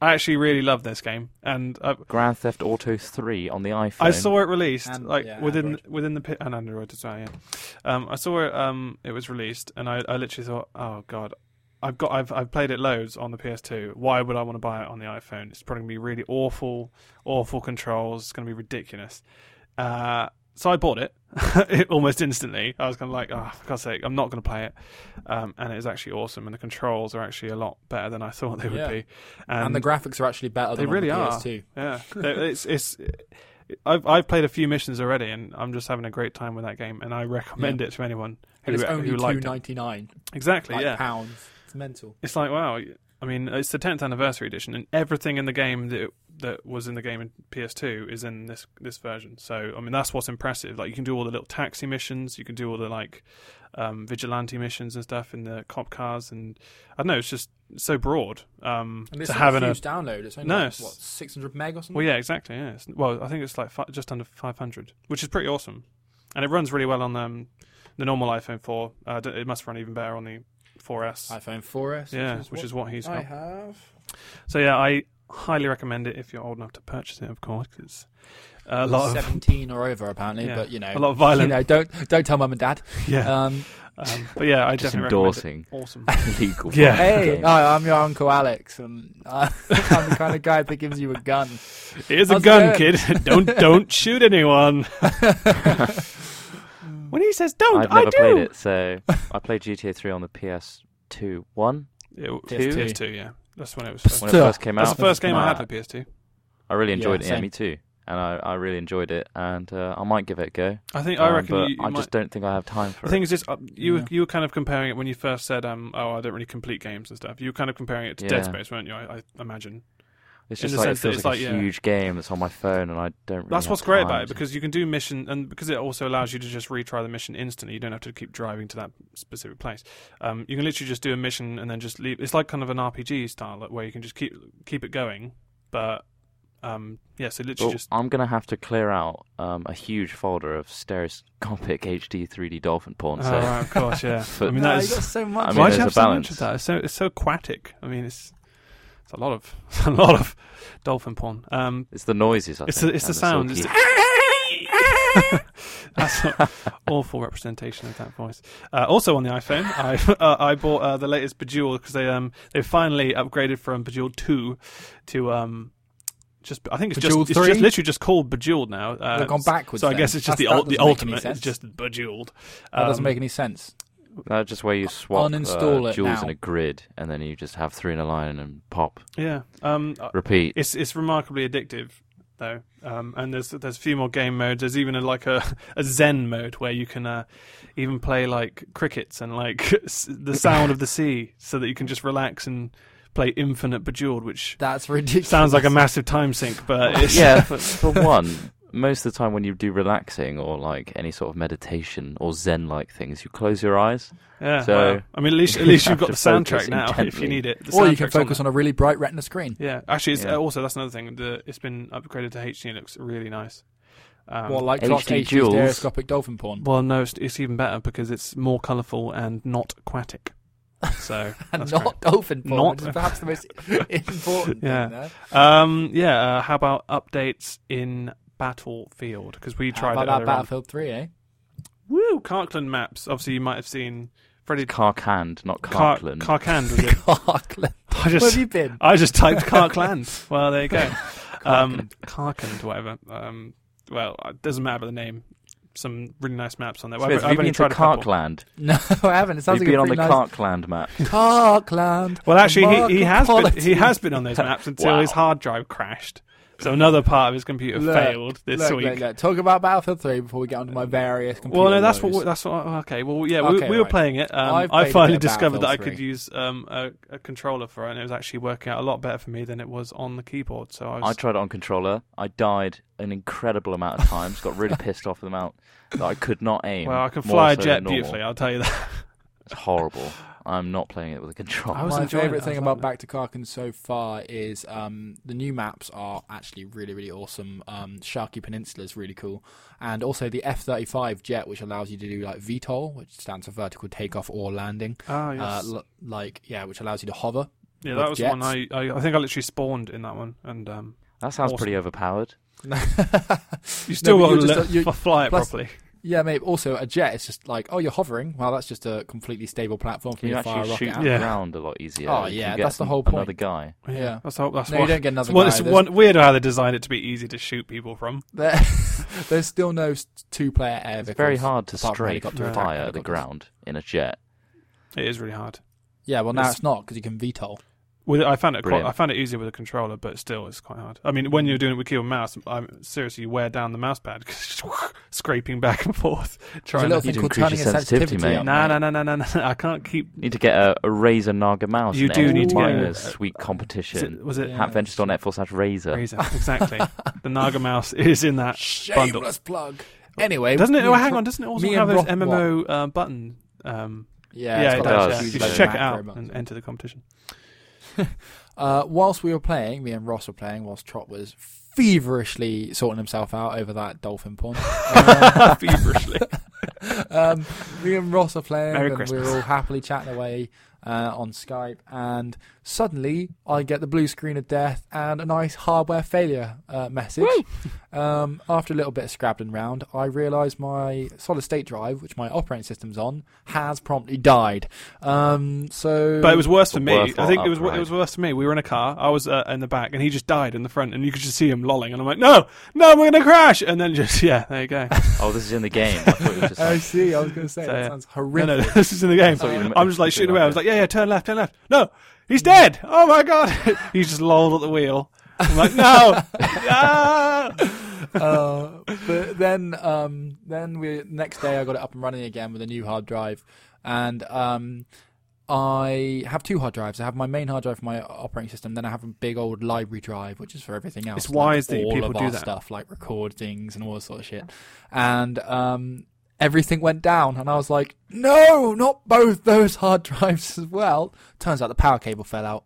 C: I actually really love this game, and I,
B: Grand Theft Auto Three on the iPhone.
C: I saw it released
A: And-
C: like
A: yeah,
C: within
A: Android.
C: within the pit and Android as well. Yeah, um, I saw it. Um, it was released, and I, I literally thought, oh god, I've got I've I've played it loads on the PS2. Why would I want to buy it on the iPhone? It's probably gonna be really awful, awful controls. It's gonna be ridiculous. Uh, so I bought it, it almost instantly. I was kind of like, oh, for God's sake, I'm not going to play it. Um, and it is actually awesome, and the controls are actually a lot better than I thought they would
A: Yeah.
C: be.
A: And, the graphics are actually better
C: They
A: than
C: really
A: on the
C: are.
A: PS2.
C: yeah, There- it's it's. I've I've played a few missions already, and I'm just having a great time with that game, and I recommend it to anyone who,
A: And it's
C: who
A: only
C: liked it.
A: 2.99
C: Exactly,
A: like,
C: yeah.
A: pounds. It's mental.
C: It's like wow. I mean, it's the 10th anniversary edition, and everything in the game that that was in the game in PS2 is in this this version. So I mean that's what's impressive. Like you can do all the little taxi missions, you can do all the like um, vigilante missions and stuff in the cop cars, and I don't know it's just so broad. Um,
A: And it's
C: to
A: not
C: have
A: a
C: in a
A: huge download. It's only
C: No,
A: like,
C: it's-
A: what 600 meg or something.
C: well, yeah, exactly. Yeah, it's, well, I think it's like fi- just under 500, which is pretty awesome, and it runs really well on um, the normal iPhone 4. Uh, d- it must run even better on the 4S.
A: iPhone 4S.
C: yeah, which is what he's
A: I
C: got.
A: have.
C: So yeah, I highly recommend it if you're old enough to purchase it, of course. 'cause, uh, a lot of
A: 17 or over apparently,
C: Yeah.
A: but you know,
C: a lot of violent.
A: You know, don't don't tell mum and dad.
C: yeah,
A: Um,
C: um, but yeah, I
B: Just
C: definitely recommend it.
B: endorsing
C: Awesome.
B: legal.
C: Yeah.
A: hey,
B: games.
A: hi, I'm your uncle Alex, and uh, I'm the kind of guy that gives you a gun.
C: Here's a
A: How's it
C: gun,
A: going?
C: kid. don't don't shoot anyone. when he says don't,
B: I've
C: I
B: never
C: do.
B: played it, so I played GTA 3 on the PS2 one
C: Yeah, w-
B: Two?
C: PS2, yeah, that's when it was.
A: Psst.
C: First.
B: when it
A: Sir.
B: first came
C: That's
B: out.
C: the first game I
B: Nah,
C: had for PS2.
B: I really enjoyed
A: Yeah,
B: it. Yeah,
A: same.
B: me too. And I, I really enjoyed it, and uh, I might give it a go.
C: I think I
B: um,
C: reckon
B: but
C: you, you
B: I
C: might.
B: just don't think I have time for
C: the
B: it.
C: thing is, just uh, you
A: Yeah.
C: were, you were kind of comparing it when you first said, um, "Oh, I don't really complete games and stuff." You were kind of comparing it to
B: Yeah.
C: Dead Space, weren't you? I, I imagine
B: It's
C: in
B: just
C: the
B: like it
C: sense that
B: feels
C: it's
B: like,
C: like,
B: a
C: yeah.
B: huge game that's on my phone, and I don't. Really
C: that's
B: have
C: what's great
B: time
C: about it
B: to-
C: because you can do mission and because it also allows you to just retry the mission instantly. You don't have to keep driving to that specific place. Um, you can literally just do a mission and then just leave. It's like kind of an RPG style like, where you can just keep keep it going, but um, yeah, so literally
B: Well,
C: just
B: Oh, I'm gonna have to clear out um, a huge folder of stereoscopic HD 3D dolphin porn.
C: oh,
B: So
C: right, of course, yeah. I
B: But-
C: mean,
A: No,
C: that
A: you
C: is
A: got so much.
B: I mean,
C: Why
B: there's
C: do you
B: a
C: have so much
B: balance.
C: of that? It's so it's so aquatic. I mean, it's it's a lot of it's a lot of dolphin porn. Um,
B: it's the noises. I
C: it's the,
B: think,
C: it's the
B: and
C: sound. It's
B: silky-
C: the- That's an awful representation of that voice. Uh, also on the iPhone, I uh, I bought uh, the latest Bejeweled because they um they finally upgraded from Bejeweled two to um just I think it's
A: Bejeweled
C: just it's
A: 3?
C: just literally just called Bejeweled now. Uh,
A: They've gone backwards.
C: So I
A: then.
C: guess it's just
A: That's-
C: the ul-
A: that
C: the
A: doesn't make any
C: ultimate. It's
A: sense.
C: just Bejeweled.
A: that doesn't
C: Um,
A: make any sense.
B: That's just where you swap uh,
A: Uninstall it
B: jewels
A: now.
B: in a grid, and then you just have three in a line and pop,
C: yeah. Um,
B: repeat.
C: It's it's remarkably addictive though, um, and there's there's a few more game modes. There's even a, like a, a Zen mode where you can uh, even play like crickets and like s- the sound of the sea, so that you can just relax and play Infinite Bejeweled, which
A: That's ridiculous.
C: sounds like a massive time sink, but Uh, it's,
B: yeah, for, for one, most of the time when you do relaxing or like any sort of meditation or Zen-like things, you close your eyes.
C: yeah.
B: So-
C: wow. I mean, at least at least
B: You
C: you've got the
B: have to focus
C: soundtrack now if you
B: intently.
C: need it. The
A: or you can
C: soundtrack's on
A: focus on a really bright retina screen.
C: there. Yeah, actually, it's,
B: Yeah.
C: uh, also that's another thing. The it's been upgraded to HD. It looks really nice. Um,
A: Well, like
B: HD
A: Clock's HD
B: jewels.
A: stereoscopic dolphin porn.
C: Well, no, it's, it's even better because it's more colourful and not aquatic. So
A: And
C: that's
A: not dolphin porn,
C: Not-
A: which is perhaps the most important
C: Yeah.
A: thing there.
C: great. Um, yeah. Uh, how about updates in Battlefield? Because we
A: How
C: tried
A: about
C: it
A: that
C: earlier on.
A: Battlefield 3, eh?
C: Woo, Carkland maps. Obviously, you might have seen Freddy
B: Carcand, not
C: Car-
B: Carkland.
C: Carkland. Was it?
A: Clarkland.
C: I
A: Where have
C: just
A: you been?
C: I just typed Carkland. Well, there you go. Um, Carkland, whatever. Um, well, it doesn't matter about the name. Some really nice maps on there.
B: So
C: Well, I've,
B: have
C: I've
B: you
C: only
B: been
C: tried
B: to
C: a couple.
B: Carkland?
A: No, I haven't. It sounds
B: You've
A: like
B: been
A: a
B: on the
A: pretty nice
B: Carkland map.
A: Clarkland.
C: Well, actually,
A: Mark
C: he, he has been, he
A: Polity.
C: has been on those maps until
B: Wow.
C: his hard drive crashed. So another part of his computer
A: Look,
C: failed this
A: look,
C: week.
A: look, look, talk about Battlefield 3 before we get onto my various computer
C: Well, no, that's
A: woes.
C: what that's what. Okay, well, yeah,
A: Okay,
C: we, we were
A: right.
C: playing it. Um,
A: I've played
C: I
A: a
C: finally
A: bit of
C: discovered that I
A: Battlefield
C: could use um, a, a controller for it, and it was actually working out a lot better for me than it was on the keyboard. So I
B: I
C: was.
B: tried it on controller. I died an incredible amount of times. Got really pissed off with the amount that I could not aim.
C: well, I can
B: more
C: fly a
B: so
C: jet
B: than normal.
C: beautifully. I'll tell you that.
B: It's horrible. I'm not playing it with a controller.
C: I was
A: my
C: enjoying it.
A: favorite
C: I
A: thing
C: was
A: about
C: loving it.
A: Back to Karkin so far is um, the new maps are actually really, really awesome. Um, Sharky Peninsula is really cool, and also the F-35 jet, which allows you to do like VTOL, which stands for vertical takeoff or landing.
C: Oh yes,
A: Uh, l- like yeah, which allows you to hover.
C: yeah,
A: with
C: that was the one. I,
A: jets.
C: I I think I literally spawned in that one, and um,
B: That sounds
C: Awesome.
B: pretty overpowered.
C: you still
A: but
C: want
A: you're
C: to
A: just-
C: let,
A: you're-
C: fly it
A: plus-
C: properly.
A: yeah, maybe also a jet is just like oh, you're hovering. Well, that's just a completely stable platform for
B: Can
A: you to
B: you
A: fire a
B: actually
A: rocket
B: shoot
A: at.
C: Yeah.
B: around a lot easier?
A: Oh,
B: You
A: yeah,
B: can get
A: that's the whole point.
B: Another guy.
A: Yeah.
C: that's how, that's
A: No,
C: why.
A: you don't get another
C: Well,
A: guy.
C: it's
A: There's-
C: one, weird how they designed it to be easy to shoot people from.
A: There, there's still no s- two-player air.
B: It's very
A: vehicles,
B: hard to
A: apart from
B: strafe
A: helicopter attack
B: fire at the
A: helicopters.
B: ground in a jet.
C: It is really hard.
A: Yeah, well now
C: It's-
A: it's not because you can VTOL.
C: With I found it quite,
B: Brilliant.
C: I found it easier with a controller, but still it's quite hard. I mean, when you're doing it with keyboard and mouse, I seriously you wear down the mouse pad 'cause it's just scraping back and forth trying
A: little
C: to.
B: You
A: thing
B: do
A: called
B: increase
A: turning
B: your
A: your sensitivity,
B: sensitivity, mate.
A: up.
C: No, no, no, no, no, no! I can't keep.
B: Need to get a, a Razer Naga mouse.
C: You
B: now.
C: do
A: need to get
B: Mine
A: a-
B: is sweet
C: Is
B: competition.
C: it, was it
A: Yeah.
B: Hat Ventures on net forward slash Razer.
C: Razor? Exactly. the Naga mouse is in that
A: Shameless
C: bundle,
A: plug. Anyway,
C: doesn't it?
A: me
C: Oh,
A: and
C: hang
A: Fro-
C: on! Doesn't it also
A: me
C: have
A: and
C: those
A: Roth-
C: MMO uh, button? Um,
A: Yeah,
C: yeah,
A: it's got
C: it
A: that
C: does.
B: huge
C: Yeah. You
A: load
C: should
A: of
C: check it
A: macro
C: out
A: buttons.
C: and enter the competition.
A: Uh, whilst we were playing, me and Ross were playing, whilst Trot was feverishly sorting himself out over that dolphin pond. Um,
C: Feverishly.
A: um, me and Ross are playing,
C: Merry
A: and
C: Christmas.
A: we are all happily chatting away uh, on Skype. And suddenly, I get the blue screen of death and a nice hardware failure uh, message. Um, after a little bit of scrabbling round, I realised my solid state drive, which my operating system's on, has promptly died. Um, so,
C: But it was worse for me. I
B: Worthwhile
C: think it was it
B: upgrade.
C: was worse for me. We were in a car. I was uh, in the back, and he just died in the front, and you could just see him lolling. And I'm like, no, no, we're gonna crash. And then just yeah, there you go.
B: Oh, this is in the game. I thought it was just
A: I
B: like,
A: see. I was going to say
C: So,
A: that
C: yeah.
A: sounds
C: no,
A: horrific.
C: no, this is in the game.
B: So you-
C: I'm just like shooting away. I was like, yeah, yeah, turn left, turn left. No, he's
A: Mm.
C: dead. Oh my god, he's just lolled at the wheel. I'm like, no, ah!
A: uh, but then um, then we next day I got it up and running again with a new hard drive, and um, I have two hard drives. I have my main hard drive for my operating system. Then I have a big old library drive, which is for everything else.
C: It's wise that
A: all
C: people
A: of
C: do
A: our
C: that.
A: stuff like recordings and all this sort of shit. And um, everything went down, and I was like, no, not both those hard drives as well. Turns out the power cable fell out.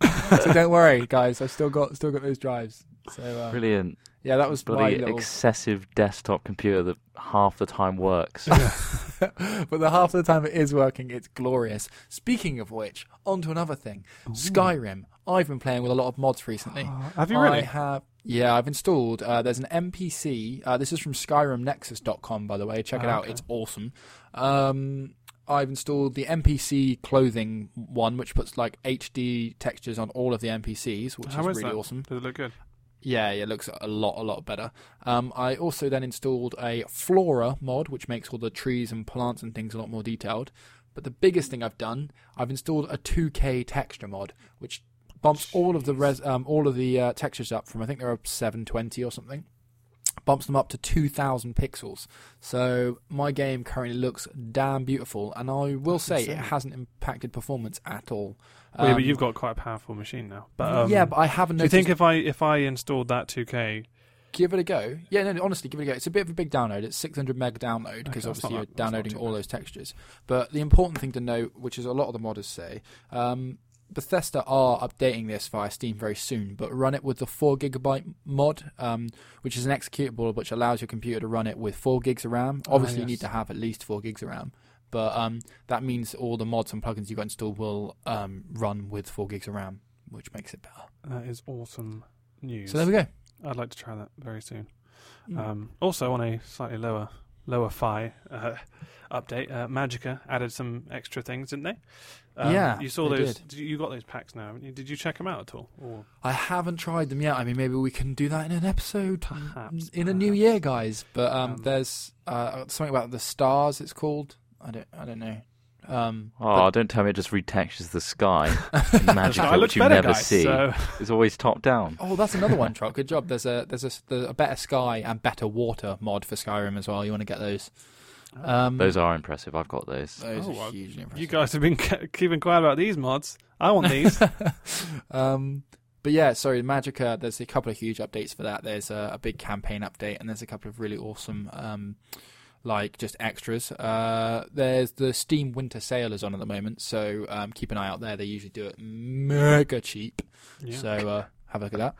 A: so don't worry, guys. I've still got still got those drives. So uh,
B: brilliant.
A: yeah, that was my
B: bloody
A: little.
B: excessive desktop computer that half the time works. Ah,
A: but the half of the time it is working, it's glorious. Speaking of which, on to another thing. Skyrim. I've been playing with a lot of mods
C: Ah.
A: recently.
C: Oh, Have you really?
A: I have. Yeah, I've installed. Uh, there's an NPC. Uh, this is from SkyrimNexus.com, by the way. Check it
C: Ah,
A: out.
C: okay.
A: It's awesome. Um, I've installed the NPC clothing one, which puts like HD textures on all of the NPCs, which
C: How
A: is
C: is
A: really
C: that?
A: awesome.
C: Does it look good?
A: Yeah, yeah, it looks a lot, a lot better. Um, I also then installed a flora mod, which makes all the trees and plants and things a lot more detailed. But the biggest thing I've done, I've installed a 2K texture mod, which bumps all of the res, um, all of the uh, textures up from I think they are 720 or something, bumps them up to 2,000 pixels. So my game currently looks damn beautiful, and I will say it
C: insane.
A: hasn't impacted performance at all.
C: well, yeah,
A: Um,
C: but you've got quite a powerful machine now. But um,
A: yeah, but I haven't.
C: do you
A: noticed
C: think if I if I installed that 2K
A: give it a go. Yeah, no, no, honestly, give it a go. It's a bit of a big download. It's 600 meg download because
C: that's
A: obviously
C: not
A: you're
C: that- that's not
A: downloading
C: too
A: all
C: bad.
A: those textures. But the important thing to note, which is a lot of the modders say, um, Bethesda are updating this via Steam very soon, but run it with the 4 gigabyte mod, um, which is an executable which allows your computer to run it with 4 gigs of RAM.
C: Ah,
A: Obviously, you
C: yes.
A: need to have at least 4 gigs of RAM. But um, that means all the mods and plugins you got installed will um, run with 4 gigs of RAM, which makes it better.
C: That is awesome news.
A: So there we go.
C: I'd like to try that very soon.
A: Mm.
C: Um, also, on a slightly lower lower fi uh, update, uh, Magica added some extra things, didn't they? Um,
A: Yeah,
C: you saw
A: they
C: those. Did. You got those packs now, haven't you? Did you check them out at all? Or
A: I haven't tried them yet. I mean, maybe we can do that in an episode
C: Perhaps,
A: in a new
C: perhaps.
A: year, guys. But um,
C: Um,
A: there's uh, something about the stars. It's called. I don't. I don't know. Um,
B: Oh, don't tell me it just retextures the sky. in Magic,
C: I look
B: which you
C: better,
B: never
C: guys.
B: see.
C: So
B: It's always top down.
A: oh, that's another one, Trot. Good job. There's a there's a, there's a better sky and better water mod for Skyrim as well. You want to get those? Um,
B: Those are impressive. I've got those.
A: those
C: Oh,
A: are
C: well,
A: hugely impressive.
C: you guys have been ca- keeping quiet about these mods. I want these.
A: um, but yeah, sorry, Magica. There's a couple of huge updates for that. There's a, a big campaign update, and there's a couple of really awesome, um, like just extras. Uh, there's the Steam Winter Sale is on at the moment, so um, keep an eye out there. They usually do it mega cheap,
C: Yeah.
A: so uh, have a look at that.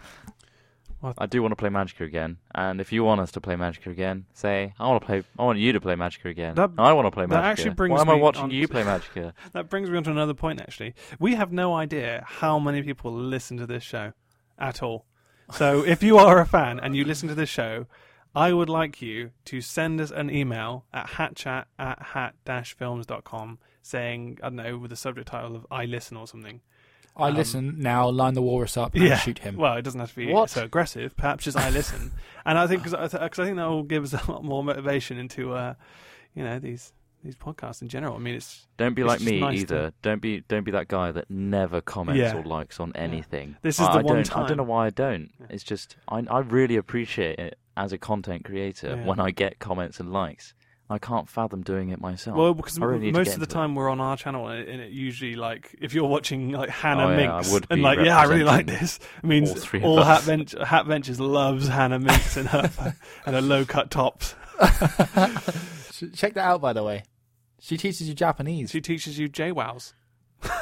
B: I do want to play Magic again. And if you want us to play Magic again, say I want to play. I want you to play Magic again.
C: That-
B: I want to play
C: that
B: Magic.
C: actually brings
B: Why am I
C: me
B: watching
C: on-
B: you play Magic?
C: that brings me on to another point. Actually, we have no idea how many people listen to this show at all. So if you are a fan and you listen to this show, I would like you to send us an email at hatchat at hat-films.com saying, I don't know, with the subject title of I Listen or something.
A: I
C: Um,
A: listen now. Line the walrus up and shoot him.
C: Well, it doesn't have to be
A: What?
C: so aggressive. Perhaps just I Listen. and I think, because I, th- 'cause I think that will give us a lot more motivation into, uh, you know, these these podcasts in general. I mean, it's
B: Don't be
C: It's
B: like
C: just
B: me
C: nice
B: either. Don't be don't be that guy that never comments
C: Yeah.
B: or likes on anything.
C: This is
B: I,
C: the
B: I
C: one
B: don't, I
C: time.
B: don't know why I don't.
C: Yeah.
B: It's just I I really appreciate it as a content creator
C: Yeah.
B: when I get comments and likes. I can't fathom doing it myself.
C: well because
B: I really need to
C: most
B: get
C: of the
B: into it.
C: time we're on our channel, and it, and it usually like if you're watching like
B: Oh,
C: Hannah
B: yeah, I
C: Minks
B: would be
C: and like yeah, I really like
B: representing
C: this. It means
B: all three of
C: all,
B: us.
C: hat, bench, hat benches loves Hannah Minks and her and her low cut tops.
A: Sh- Check that out, by the way. She teaches you Japanese.
C: She teaches you JWowls.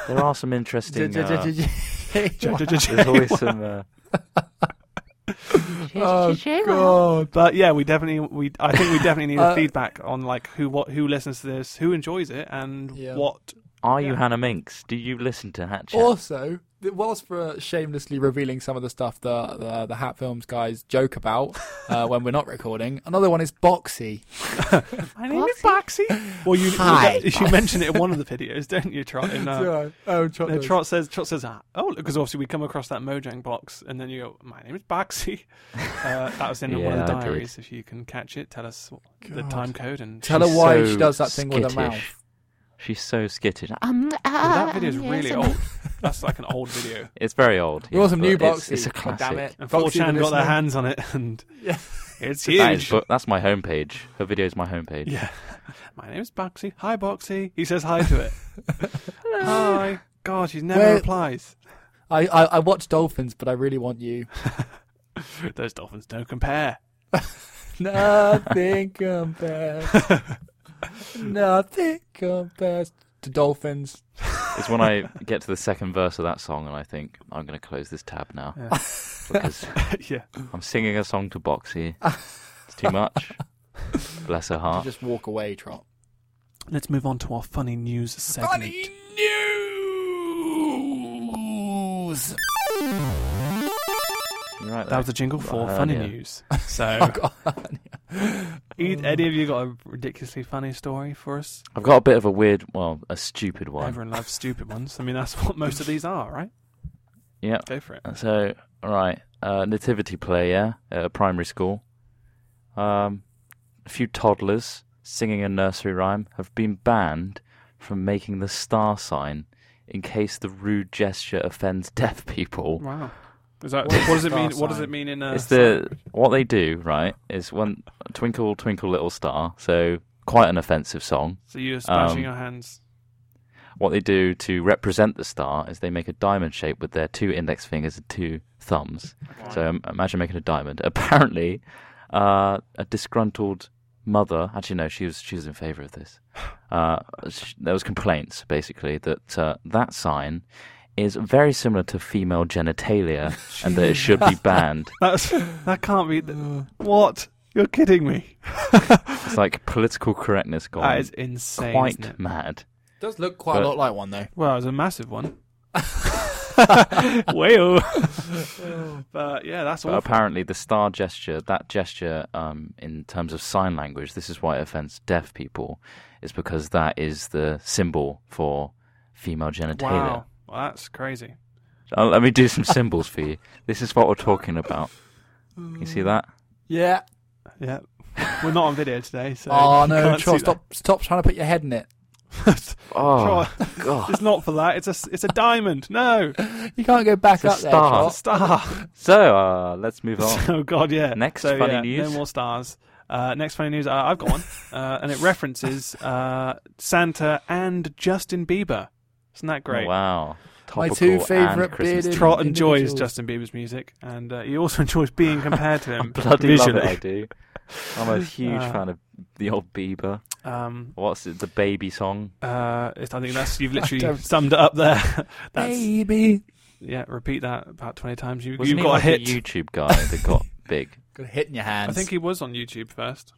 B: there are some interesting. uh,
C: J- j- j-
B: there's always some. Uh,
A: oh God!
C: But yeah, we definitely we I think we definitely need
A: Uh,
C: feedback on like who what who listens to this, who enjoys it, and
A: Yeah.
C: what.
B: are you
C: Yeah.
B: Hannah Minks? Do you listen to Hatchet?
A: Also, th- whilst for shamelessly revealing some of the stuff the the, the Hat Films guys joke about uh, when we're not recording, another one is Boxy.
C: My name is Boxy. Well, you
A: Hi.
C: you, you mention it in one of the videos, don't you, Trot? In, uh,
A: oh,
C: No, Trot says, Trot says, ah, oh, because obviously we come across that Mojang box, and then you go, my name is Baxi. Uh, that was in one
B: Yeah,
C: of the
B: I did.
C: diaries. If you can catch it, tell us what- the
A: God.
C: time code. And
A: Tell her
B: She's
A: why
B: so
A: she does that thing with her
B: skittish.
A: mouth.
B: She's so skittish.
D: Um,
C: Well,
D: uh,
C: that video is
D: um,
C: really
D: yes,
C: old. Oh, That's like an old video.
B: It's very old.
A: We want some
B: but
A: new
B: it's-
A: Boxy.
B: It's a
A: God
B: classic.
A: damn it!
C: And
A: Boxy,
C: 4chan
A: we're
C: got their
A: listening.
C: hands on it, and
A: Yeah.
C: it's
B: That is,
C: huge.
B: but that's my homepage. Her video's my homepage.
C: yeah. My name is Baxi. Hi, Boxy. He says hi to it. hi. God, she never
A: Where-
C: replies.
A: I, I I watch dolphins, but I really want you.
C: Those dolphins don't compare.
A: Nothing compares. Nothing compares to dolphins.
B: It's when I get to the second verse of that song and I think I'm going to close this tab now
C: Yeah.
B: because
C: yeah.
B: I'm singing a song to Boxy. It's too much. Bless her
A: To
B: heart.
A: just walk away, Trot.
C: Let's move on to our funny news segment.
A: news.
B: You're right.
C: That was
B: there.
C: a jingle for
B: Uh,
C: funny
B: yeah.
C: news. So,
B: Oh,
C: Ed- Eddie, have you got a ridiculously funny story for us?
B: I've got a bit of a weird, well, a stupid one.
C: Everyone loves stupid ones. I mean, that's what most of these are, right?
B: Yeah.
C: Go for it.
B: So, all right, uh, nativity play, yeah, at a primary school. Um, a few toddlers singing a nursery rhyme have been banned from making the star sign in case the rude gesture offends deaf people.
C: Wow. Is that,
A: What is
C: what does
A: a
C: it mean?
A: star
C: What does
A: sign?
C: it mean in uh,
B: It's the what they do, right? Is one twinkle, twinkle, little star. So quite an offensive song.
C: So you're splashing
B: um,
C: your hands.
B: What they do to represent the star is they make a diamond shape with their two index fingers and two thumbs. So um, imagine making a diamond. Apparently, uh, a disgruntled mother. Actually, no, she was she was in favour of this. Uh, sh there was complaints basically that uh, that sign is very similar to female genitalia and that it should be banned.
C: That's that can't be. th-
B: Uh.
C: what? You're kidding me?
B: It's like political correctness gone
C: That is insane. isn't
B: quite
C: it?
B: mad.
A: Does look quite a
B: But-
A: lot like one though.
C: Well, it was a massive one. Wayo. but yeah, that's
B: But
C: all.
B: apparently, the star gesture, that gesture, um, in terms of sign language, this is why it offends deaf people, is because that is the symbol for female genitalia.
C: Wow. Well, that's crazy.
B: Uh, let me do some symbols for you. This is what we're talking about. You see that?
A: Yeah.
C: Yeah. We're not on video today, so.
A: Oh
C: you
A: no,
C: can't
A: Trot,
C: see that.
A: stop stop trying to put your head in it.
B: Oh,
C: Trot,
B: God.
C: it's not for that. It's a it's a diamond. No,
A: You can't go back
B: It's a
A: up there,
B: star.
A: Trot.
C: star.
B: So, uh, let's move on.
C: Oh God, yeah.
B: Oh, Next
C: So,
B: funny
C: yeah,
B: news.
C: No more stars. Uh, next funny news. Uh, I've got one, uh, and it references uh, Santa and Justin Bieber. Isn't that great?
B: Oh, Wow.
A: My
B: Topical
A: two
B: and
A: favourite
B: Christmas
A: bearded-
B: themed.
C: Trot enjoys
A: Individuals.
C: Justin Bieber's music, and uh, he also enjoys being compared to
B: I
C: him
B: bloody
C: visually.
B: love it, I do. I'm a huge
C: Uh,
B: fan of the old Bieber.
C: Um,
B: What's it, the baby song?
C: uh, it's- I think that's you've literally
A: don't-
C: summed it up there. that's
A: Baby.
C: yeah. Repeat that about twenty times. You,
B: Wasn't
C: you've
B: he
C: got
B: like
C: a hit.
B: the YouTube guy that Oh, got big.
A: Got a hit in your hands.
C: I think he was on YouTube first.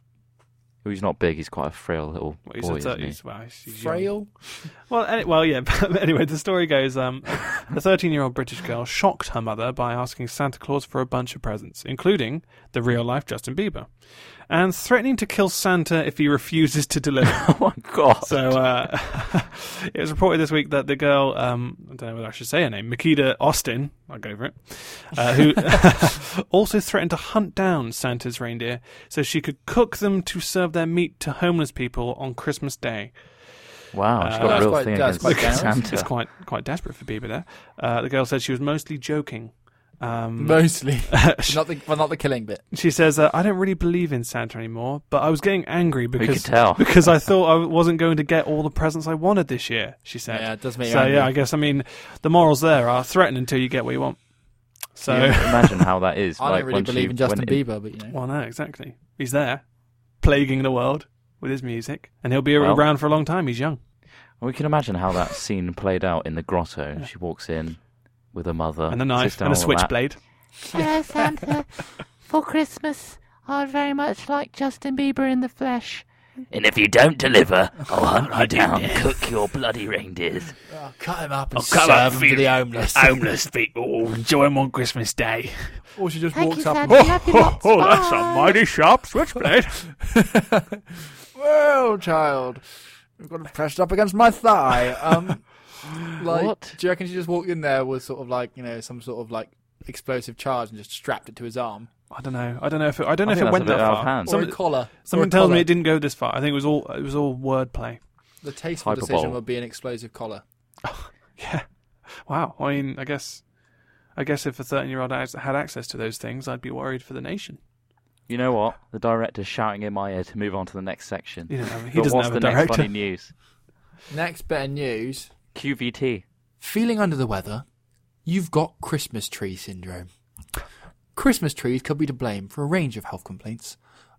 B: He's not big. He's quite a frail little
C: Well, he's
B: boy.
C: a,
B: Isn't he?
C: uh, he's, well, he's, he's young.
A: frail.
C: Well, any, well, yeah. But anyway, the story goes: um, a 13-year-old British girl shocked her mother by asking Santa Claus for a bunch of presents, including the real-life Justin Bieber, and threatening to kill Santa if he refuses to deliver.
B: Oh my God.
C: So uh, it was reported this week that the girl, um, I don't know whether I should say her name, Makeda Austin, I'll go for it, uh, who also threatened to hunt down Santa's reindeer so she could cook them to serve their meat to homeless people on Christmas Day.
B: Wow, she's
C: Uh,
B: got a
C: that's
B: real
A: quite-
B: thing
A: that's
B: against
A: quite generous.
B: Santa.
C: It's quite quite desperate for Bieber there. Uh, the girl said she was mostly joking.
A: Mm.
C: Um,
A: Mostly, not the well, not the killing bit.
C: she says, uh, "I don't really believe in Santa anymore, but I was getting angry
B: We could
C: because
B: tell.
C: because I thought I wasn't going to get all the presents I wanted this year." She said.
A: Yeah, it does make
C: So
A: you
C: yeah, I
A: angry.
C: guess I mean the morals there are threaten until you get what you want. So
B: Yeah, imagine how that is.
A: I
B: like,
A: don't really
B: once
A: believe
B: you
A: in Justin
B: went
A: Bieber, but you know,
C: well, no, exactly. He's there, plaguing the world with his music, and he'll be
B: Well-
C: around for a long time. He's young.
B: We can imagine how that scene played out in the grotto. She walks in with her mother
C: and a
B: sits
C: knife
B: down
C: and a
B: on the mat.
C: switchblade.
D: Hello, Santa. For Christmas, I would very much like Justin Bieber in the flesh.
E: And if you don't deliver, I'll hunt you down, cook your bloody reindeers.
A: oh, cut him up and
E: I'll cut up
A: serve him to
E: for
A: the
E: you.
A: homeless.
E: Homeless people, enjoy them on Christmas Day.
A: or she just
D: Thank
A: walks
D: you,
A: up.
D: Santa. You have your lots. Bye.
C: sharp switchblade.
A: And, well, child, I've got it pressed up against my thigh. Um, like,
B: What?
A: do you reckon she just walked in there with sort of like you know some sort of like explosive charge and just strapped it to his arm
C: I don't know. I don't know if it, I don't know
B: I
C: if
B: think
C: it
B: that's
C: went
B: a bit
C: that
B: out of
C: far.
B: hand.
A: or
C: Some-
A: a collar? or
C: Someone
A: a
C: tells
A: collar.
C: me it didn't go this far. I think it was all it was all wordplay.
A: The tasteful
B: Hyperbole.
A: decision would be an explosive collar.
C: Yeah. Wow. I mean, I guess, I guess if a thirteen-year-old has- had access to those things, I'd be worried for the nation.
B: You know what? The director's shouting in my ear to move on to the next section.
C: You know, he
B: But
C: doesn't
B: what's
C: have
B: the
C: a
B: next
C: director.
B: funny news?
A: Next bit of news.
B: QVT.
A: Feeling under the weather, you've got Christmas tree syndrome. Christmas trees could be to blame for a range of health complaints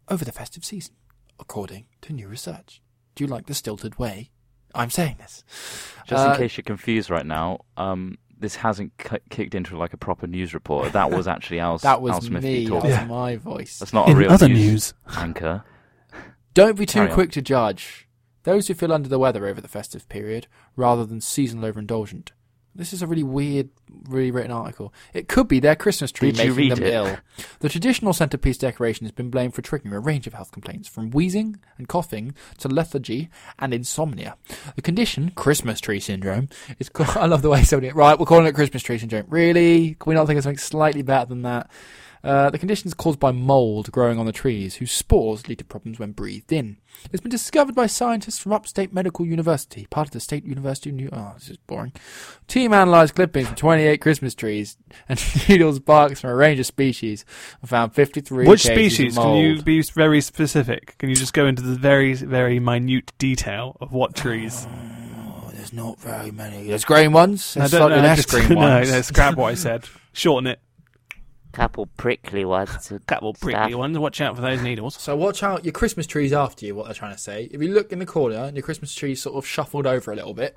A: over the festive season, according to new research. Do you like the stilted way I'm saying this?
B: Just
A: Uh,
B: in case you're confused right now, um, this hasn't c- kicked into like a proper news report. That was actually Al,
A: That was
B: Al Smith
A: me. That
B: talking.
A: was
C: Yeah.
A: my voice.
B: That's not a
C: In
B: real
C: other news.
B: news, anchor.
A: Don't be too
B: Carry on.
A: quick to judge. Those who feel under the weather over the festive period, rather than seasonal overindulgent. This is a really weird, rewritten article. It could be their Christmas tree
B: Did you
A: making
B: read
A: them
B: it?
A: ill. The traditional centerpiece decoration has been blamed for triggering a range of health complaints, from wheezing and coughing to lethargy and insomnia. The condition, Christmas tree syndrome, is called, I love the way somebody, right, we're calling it Christmas tree syndrome. Really? Can we not think of something slightly better than that? Uh, the condition is caused by mold growing on the trees, whose spores lead to problems when breathed in. It's been discovered by scientists from Upstate Medical University, part of the State University of New. Oh, this is boring. Team analysed clippings from 28 Christmas trees and needles barks from a range of species and found 53.
C: Which
A: cases of
C: species? Can
A: mold.
C: you be very specific? Can you just go into the very, very minute detail of what trees?
A: Oh, there's not very many. There's green ones. There's
C: I don't
A: slightly
C: know,
A: less
C: just-
A: green
C: no,
A: ones.
C: no, scrap what I said. Shorten it.
E: Couple prickly ones. to
C: Couple prickly
E: stuff.
C: ones. Watch out for those needles.
A: So watch out, your Christmas tree's after you, what they're trying to say. If you look in the corner and your Christmas tree's sort of shuffled over a little bit,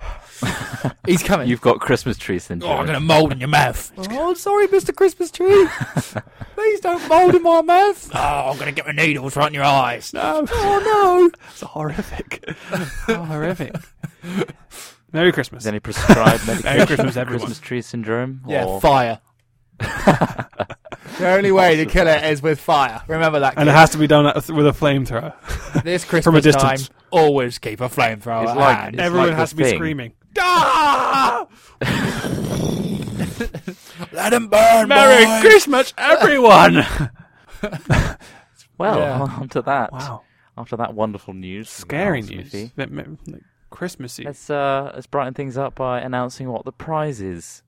A: he's coming.
B: You've got Christmas tree syndrome.
A: Oh, I'm going to mould in your mouth. oh, I'm sorry, Mr. Christmas Tree. Please don't mould in my mouth. Oh, I'm going to get my needles right in your eyes.
C: No,
A: Oh, no.
C: it's horrific. horrific. Merry Christmas.
B: Is any prescribed medication?
C: Merry Christmas,
B: for
C: everyone.
B: Christmas tree syndrome?
A: Yeah,
B: Or-
A: fire. the only way to kill it is with fire. Remember that.
C: And it
A: kids.
C: has to be done at- with a flamethrower.
A: this Christmas
C: from a distance.
A: time, always keep a flamethrower
B: It's
A: at
B: like-
A: hand.
B: it's
C: Everyone
B: like
C: has to
B: the
C: be
B: thing.
C: screaming.
A: Ah! Let him burn,
C: Merry
A: boys.
C: Christmas, everyone!
B: Well,
A: Yeah.
B: on to that.
C: wow,
B: After that wonderful news, from
C: scary
B: Al
C: news.
B: Smithy,
C: Bit- bit- like Christmassy.
B: Let's uh, let's brighten things up by announcing what the prize is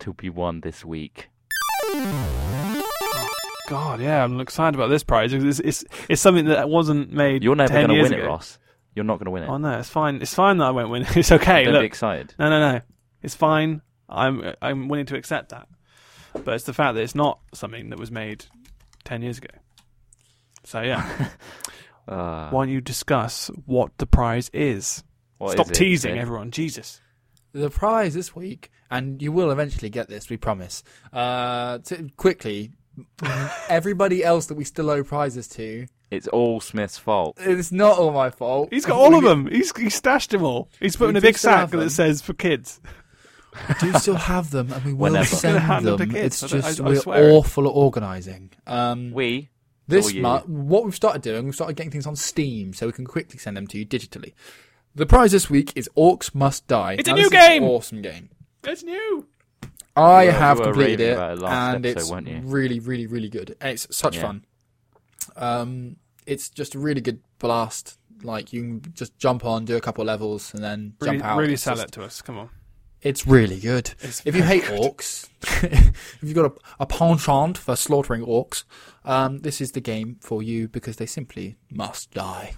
B: to be won this week.
C: God, yeah, I'm excited about this prize. It's, it's, it's something that wasn't made.
B: You're never
C: 10
B: going to
C: years
B: win it,
C: ago.
B: Ross. You're not going to win it.
C: Oh no, it's fine. It's fine that I won't win. It's okay.
B: Don't
C: look,
B: be excited.
C: no, no, no, it's fine. I'm I'm willing to accept that, but it's the fact that it's not something that was made ten years ago. So yeah,
B: Uh,
C: why don't you discuss what the prize is?
B: what
C: Stop
B: is it?
C: teasing
B: Is it-
C: everyone, Jesus.
A: the prize this week, and you will eventually get this, we promise. Uh, to, quickly, everybody else that we still owe prizes to,
B: It's all Smith's fault.
A: it's not all my fault.
C: He's got all of them. He's he's stashed them all. He's put
A: We
C: in a
A: do
C: big
A: still
C: sack
A: have them.
C: that says for kids.
A: We do still have them, and we will
B: Whenever.
A: send
C: Hand them
A: them.
C: to
A: It's
C: kids, I don't-
A: just
C: I- I
A: we're
C: swear it.
A: awful at organising. Um,
B: We
A: this
B: you.
A: month, what we've started doing, we've started getting things on Steam, so we can quickly send them to you digitally. The prize this week is Orcs Must Die.
C: It's a
A: Now,
C: new
A: this is an
C: game!
A: awesome game.
C: It's new.
A: I
B: You were-
A: have
B: you were
A: completed
B: raving
A: it,
B: about it last
A: and
B: episode,
A: it's
B: weren't you?
A: really, really, really good. And it's such
B: Yeah.
A: fun. Um, it's just a really good blast. Like you can just jump on, do a couple levels, and then
C: Really,
A: jump out.
C: really
A: It's
C: sell
A: just-
C: it to us. Come on.
A: It's really good.
C: It's
A: if you
C: very
A: hate orcs, if you've got a, a penchant for slaughtering orcs, um, this is the game for you because they simply must die.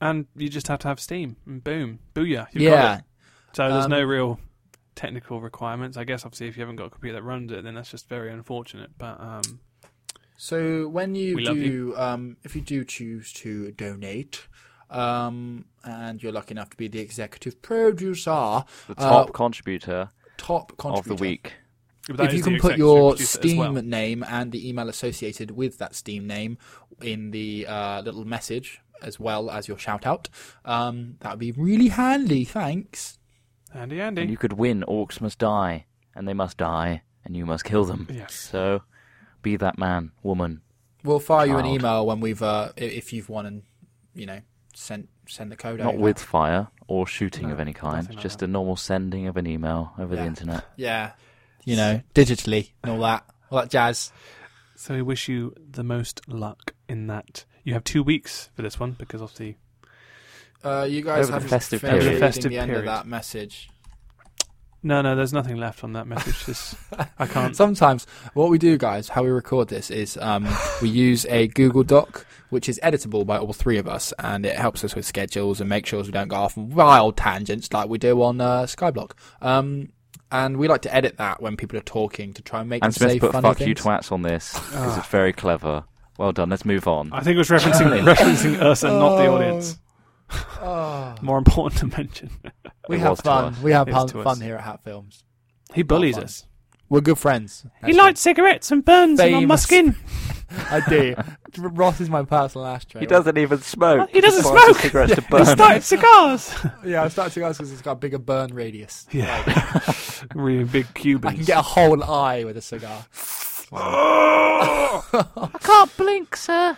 C: And you just have to have Steam, and boom, booyah, you've got
A: yeah,
C: it. So there's
A: Um,
C: no real technical requirements. I guess obviously if you haven't got a computer that runs it, then that's just very unfortunate. But um,
A: So when you
C: Mm. We
A: do,
C: love you.
A: Um, if you do choose to donate, um, and you're lucky enough to be the executive producer,
B: The
A: Uh,
B: top contributor
A: top
B: of
A: contributor
B: the week.
C: that
A: If
C: is
A: you
C: the
A: can put
C: executive
A: your
C: producer as
A: Steam
C: well.
A: name and the email associated with that Steam name in the uh, little message as well as your shout out, um, that would be really handy. Thanks.
C: Andy, Andy,
B: And you could win Orcs Must Die, and they must die, and you must kill them.
C: Yes.
B: So be that man, woman.
A: We'll fire you an
B: Child.
A: email when we've uh, i- if you've won and you know send send the code
B: Not
A: over.
B: with fire or shooting
C: No,
B: of any kind,
C: nothing like
B: just
C: that.
B: a normal sending of an email over
A: Yeah.
B: the internet.
A: yeah, you know digitally and all that all that jazz.
C: So we wish you the most luck in that. You have two weeks for this one because obviously
A: Uh, you guys
B: Over the
A: have
B: festive
A: finished
B: period.
A: reading
C: Festive
A: the end
C: period.
A: of that message.
C: no, no, there's nothing left on that message. This I can't.
A: Sometimes what we do, guys, how we record this is um, we use a Google Doc, which is editable by all three of us, and it helps us with schedules and make sure we don't go off on wild tangents like we do on uh, Skyblock. Um, and we like to edit that when people are talking to try and make
B: And
A: them say
B: Smith put
A: funny
B: fuck
A: things. Ah.
B: you twats on this, because it's very clever. Well done, let's move on.
C: I think it was referencing referencing us and not the
A: Oh.
C: audience.
A: Oh,
C: More important to mention,
A: we
B: It
A: have
B: was to
A: fun.
B: us.
A: We have
C: It was
A: fun,
C: to us.
A: fun here at Hat Films.
C: he bullies
A: fun.
C: us.
A: We're good friends.
C: He lights cigarettes and burns them on my
A: Famous.
C: skin.
A: I do. Ross is my personal ashtray.
B: He doesn't even smoke.
C: He doesn't
B: just borrows his
C: smoke.
B: Cigarettes to
C: He
B: burn.
C: started cigars.
A: Yeah, I started to ask because it's got a bigger burn radius.
C: yeah, really big Cubans.
A: I can get a whole eye with a cigar.
D: I can't blink, sir.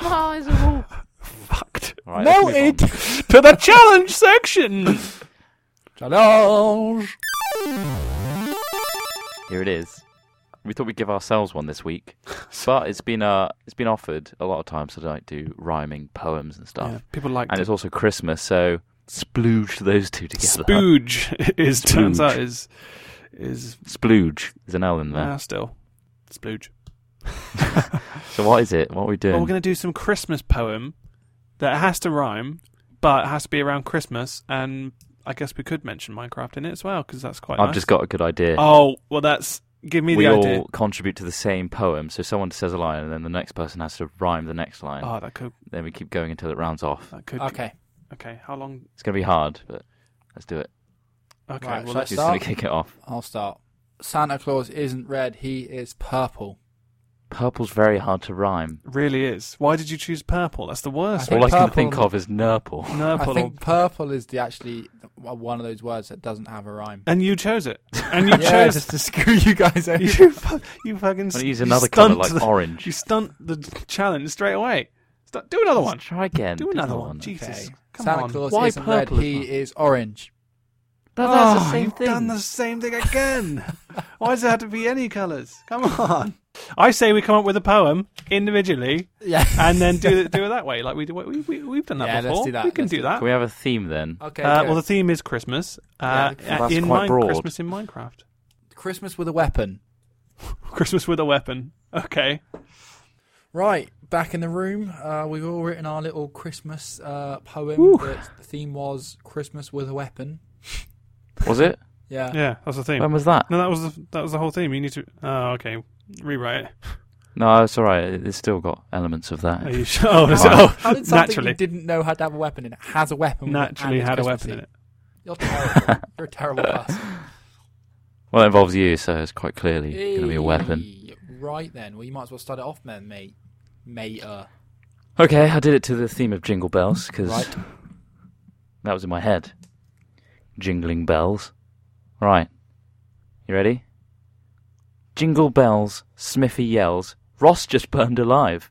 D: My eyes are all.
C: fucked.
B: Right, let's
A: no,
B: move on.
A: it.
C: to the challenge section.
A: Challenge.
B: Here it is. We thought we'd give ourselves one this week, but it's been uh, it's been offered a lot of times to like do rhyming poems and stuff,
C: Yeah, people like
B: and
C: to
B: it's also Christmas, so splooge those two together.
C: spooge. Is turns
B: Spooge.
C: out is is
B: Splooge. There's an L in there.
C: nah, still splooge.
B: So what is it? What are we doing?
C: Well, we're going to do some Christmas poem that has to rhyme, but it has to be around Christmas. And I guess we could mention Minecraft in it as well because that's quite.
B: I've
C: nice.
B: just got a good idea.
C: Oh well, that's give me
B: we
C: the
B: all
C: idea.
B: contribute to the same poem, so someone says a line, and then the next person has to rhyme the next line.
C: Oh, that could
B: Then we keep going until it rounds off.
C: that could.
A: Okay.
C: Okay. How long?
B: It's going to be hard, but let's do it.
C: Okay.
A: Right,
C: well,
A: shall I
C: let's
B: Who's going
A: Start.
B: to kick it off?
A: I'll start. Santa Claus isn't red, he is purple.
B: Purple's very hard to rhyme.
C: really is. Why did you choose purple? That's the worst.
A: think
B: All I can
A: purple-
B: think of is Nurple.
A: I
C: Nurple.
A: think purple is the actually one of those words that doesn't have a rhyme.
C: and you chose it. And you
A: yeah,
C: chose.
A: just to screw you guys over.
C: You, fu- you fucking.
B: I'm
C: s-
B: gonna use
C: you
B: another colour
C: stunt
B: like
C: the-
B: orange.
C: You stunt the challenge straight away. St- do another one.
B: Let's try again.
C: Do another one. Jesus,
A: Okay.
C: come
A: Santa
C: on.
A: Claus
B: Why
A: isn't red,
B: purple is
A: he
B: not-
A: is orange.
D: No, that's
C: Oh,
D: the same
C: you've
D: thing.
C: done the same thing again. Why does it have to be any colours? Come on. I say we come up with a poem individually
A: Yeah.
C: and then do it, do it that way, like we do. We, we, we've done that
A: Yeah, let's
C: before.
A: do that.
C: We can
A: Let's
C: do
A: do
C: that.
B: Can we have a theme then?
A: Okay.
C: uh,
A: go.
C: well, the theme is Christmas.
A: Yeah,
C: Uh,
A: the-
B: Well, that's
C: in
B: quite
C: Mine-
B: broad.
C: Christmas in Minecraft.
A: Christmas with a weapon.
C: Christmas with a weapon. Okay.
A: Right, back in the room. Uh, we've all written our little Christmas uh, poem.
C: Woo.
A: That the theme was Christmas with a weapon.
B: Was it?
A: Yeah.
C: Yeah, that's the theme.
B: When was that?
C: no, that was the, that was the whole theme. You need to. Oh, okay. Rewrite it.
B: No, it's all right. It's still got elements of
C: Are
B: that.
C: you sure? Oh, that's-
B: Wow.
C: oh,
A: How did something
C: naturally,
A: you didn't know had to have a weapon in it has a weapon? with it
C: naturally
A: and it's
C: had a
A: Christmassy?
C: weapon in it.
A: You're terrible. You're a terrible person.
B: Well, it involves you, so it's quite clearly going to be a weapon.
A: Hey, Right then. Well, you might as well start it off then, mate. Mate. Uh,
B: Okay, I did it to the theme of Jingle Bells because
A: right.
B: that was in my head. Jingling bells. Right. You ready? Jingle bells, Smithy yells, Ross just burned alive.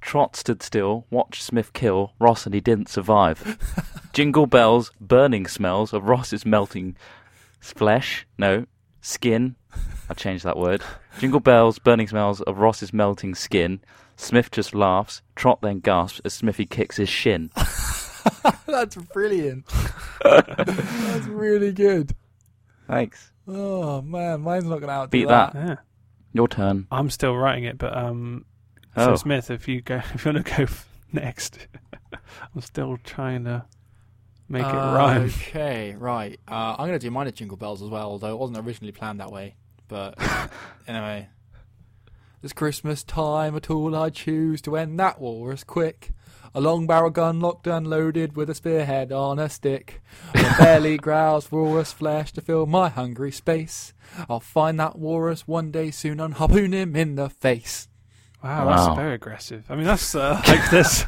B: Trot stood still, watched Smith kill, Ross and he didn't survive. Jingle bells, burning smells of Ross's melting flesh. No, skin. I changed that word. Jingle bells, burning smells of Ross's melting skin. Smith just laughs. Trot then gasps as Smithy kicks his shin.
A: That's brilliant. That's really good.
B: Thanks.
A: Oh man, mine's not gonna outdo
B: Beat that.
C: Yeah.
B: Your turn.
C: I'm still writing it, but um,
B: Oh.
C: so Smith, if you go, if you want to go f- next, I'm still trying to make it
A: Uh,
C: rhyme.
A: Okay, right. Uh, I'm gonna do mine at Jingle Bells as well, although it wasn't originally planned that way. But anyway, it's Christmas time. A tool I choose to end that walrus quick. A long barrel gun locked and loaded with a spearhead on a stick. I barely growls walrus flesh to fill my hungry space. I'll find that walrus one day soon and harpoon him in the face.
C: Wow, that's
B: Wow.
C: very aggressive. I mean, that's uh, like this.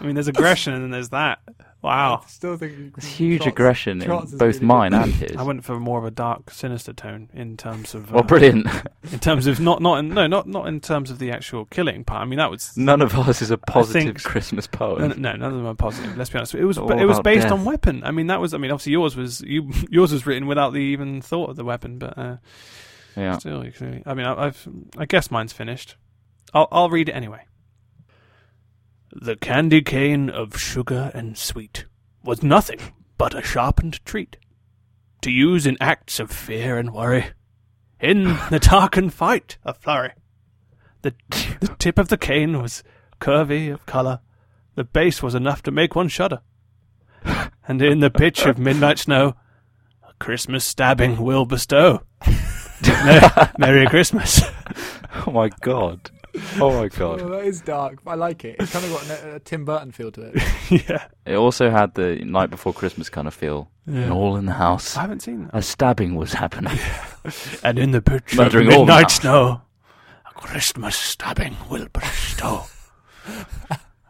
C: I mean, there's aggression and then there's that. Wow.
A: Still thinking
B: It's huge aggression in both mine and his.
C: I went for more of a dark, sinister tone in terms of. Uh,
B: Well, brilliant.
C: In terms of not not in, no not not in terms of the actual killing part. I mean, that was
B: None of us is a positive
C: think-
B: Christmas
C: No,
B: poem.
C: no, none of them are positive. Let's be honest. It was
B: All
C: it was
B: about
C: based
B: death.
C: on weapon. I mean, that was. I mean, obviously yours was you yours was written without the even thought of the weapon. But uh,
B: Yeah.
C: still, you clearly. I mean, I, I've I guess mine's finished. I'll I'll read it anyway. The candy cane of sugar and sweet was nothing but a sharpened treat to use in acts of fear and worry. In the darkened fight, a flurry. The, the tip of the cane was curvy of colour. The base was enough to make one shudder. And in the pitch of midnight snow, a Christmas stabbing will bestow. Mer- Merry Christmas.
B: Oh my god. Oh my
A: Oh,
B: god.
A: that is dark. but I like it. It's kind of got a, a Tim Burton feel to it.
C: yeah.
B: It also had the night before Christmas kind of feel. And all in the house.
C: I haven't seen that.
B: A stabbing was happening.
C: And in the pitch of
B: Murdering all
C: midnight
B: now.
C: snow, a Christmas stabbing will bestow.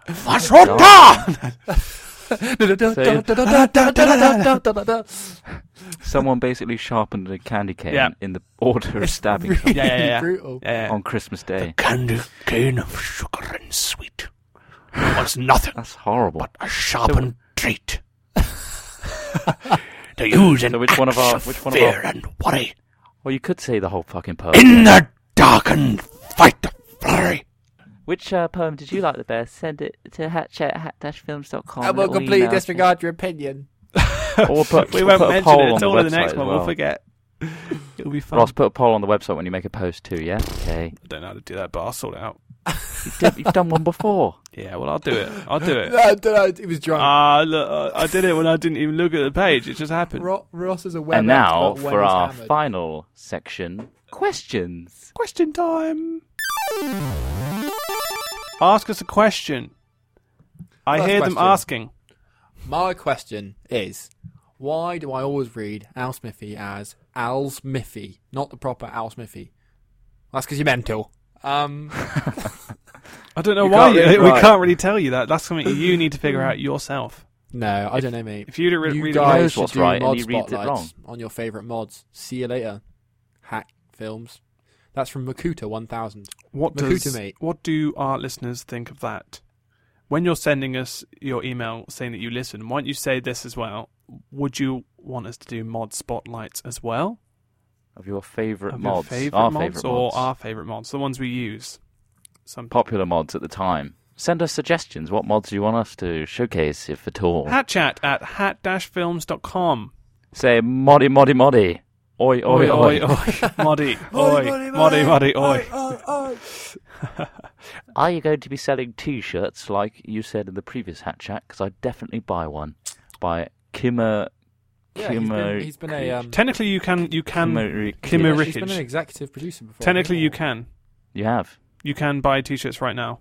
C: Vasrota!
B: Someone basically sharpened a candy cane
C: Yeah.
B: in the order of stabbing
A: really
C: Yeah, yeah, oh. yeah.
A: brutal.
C: Yeah.
B: on Christmas Day.
C: Candy cane of sugar and sweet was nothing
B: That's horrible.
C: but a sharpened treat to use in
B: So which one of
C: acts
B: our-
C: of
B: which one of
C: fear
B: our-
C: and worry.
B: Well, you could say the whole fucking poem.
C: In the darkened fight of flurry.
F: Which uh, poem did you like the best? Send it to hatchet at hat-films.com.
A: I will
F: Little
A: Uh, completely
F: email.
A: disregard your opinion.
B: Or put, we'll put a poll on the website as well.
C: forget. It'll be fun.
B: Ross, put a poll on the website when you make a post too, yeah? Okay.
C: I don't know how to do that, but I'll sort it out.
B: You've done, you've done one before.
C: Yeah, well, I'll do it. I'll do it.
A: No, no, no, it was drunk.
C: Ah, look, I I did it when I didn't even look at the page. It just happened.
A: Ro- Ross is a web
B: and now
A: expert when
B: for
A: he's
B: our
A: hammered.
B: final section questions.
C: Question time. Ask us a question. I
A: First
C: hear them
A: question.
C: asking.
A: My question is, why do I always read Al Smithy as Al Smithy, not the proper Al Smithy? That's because you're mental. Um,
C: I don't know
B: You
C: why
B: can't really
C: you- we
B: write.
C: can't really tell you that. That's something you need to figure out yourself.
A: no, I don't know, mate.
C: If you'd have re-
A: you
C: read
B: guys-
C: it,
A: guys
B: knows
A: should
B: what's
A: do
B: right and
A: mod
B: he reads it
A: spotlights on your favorite mods. See you later. Hack films. That's from Makuta 1000.
C: what
A: Makuta,
C: does
A: mate.
C: what do our listeners think of that? When you're sending us your email saying that you listen, why don't you say this as well? Would you want us to do mod spotlights as well?
B: Of your favourite
C: Of your
B: mods.
C: favourite
B: our
C: mods
B: favourite
C: or
B: mods.
C: our favorite mods, the ones we use. Some
B: Popular mods at the time. Send us suggestions. What mods do you want us to showcase, if at all?
C: Hat chat at hat-films.com.
B: Say, moddy, moddy, moddy. Oi, oi, oi.
C: oi, oi. Moddy, oi, moddy, moddy, oi.
B: Are you going to be selling t shirts like you said in the previous Hat Chat? Because I'd definitely buy one by Kimmer.
A: Yeah, he's been, he's been a. Um,
C: Technically, you can, you can,
B: Kimmer-
C: Kimmer-
A: he's been
C: Rickage.
A: an executive producer before.
C: technically you can,
B: You have.
C: you can buy t-shirts right now.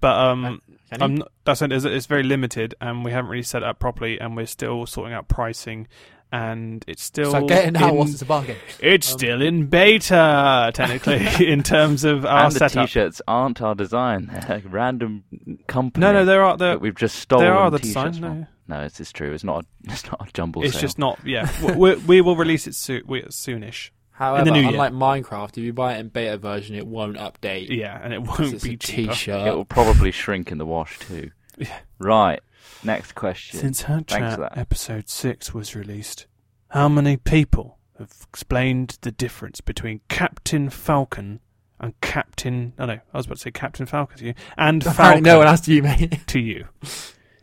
C: But, um,
A: Can he?
C: I'm, not- that's it, it's, it's very limited and we haven't really set it up properly and we're still sorting out pricing and it's still,
A: so getting out
C: in-
A: was a bargain.
C: it's
A: um,
C: still in beta, technically, in terms of our
B: and the
C: setup.
B: t-shirts aren't our design. They're a random company.
C: No, no, there are,
B: that
C: there,
B: we've just stolen
C: there are the
B: t-shirts
C: design, no,
B: from. No, it's, it's true. It's not. A, it's not a jumble.
C: it's
B: sale.
C: just not, yeah. we, we, we will release it soo- we, soonish.
A: However,
C: new year.
A: unlike Minecraft, if you buy it in beta version, it won't update.
C: Yeah, and it
A: 'Cause
C: won't
A: It's a
C: be cheaper.
A: t-shirt.
B: It will probably shrink in the wash too.
C: uh, Yeah.
B: Right. Next question.
C: Since Hat
B: Thanks for
C: Chat
B: that.
C: episode 6 was released, how many people have explained the difference between Captain Falcon and Captain. Oh no, I was about to say Captain Falcon to you. And
G: Apparently,
C: Falcon
G: no one asked you, mate.
C: to you.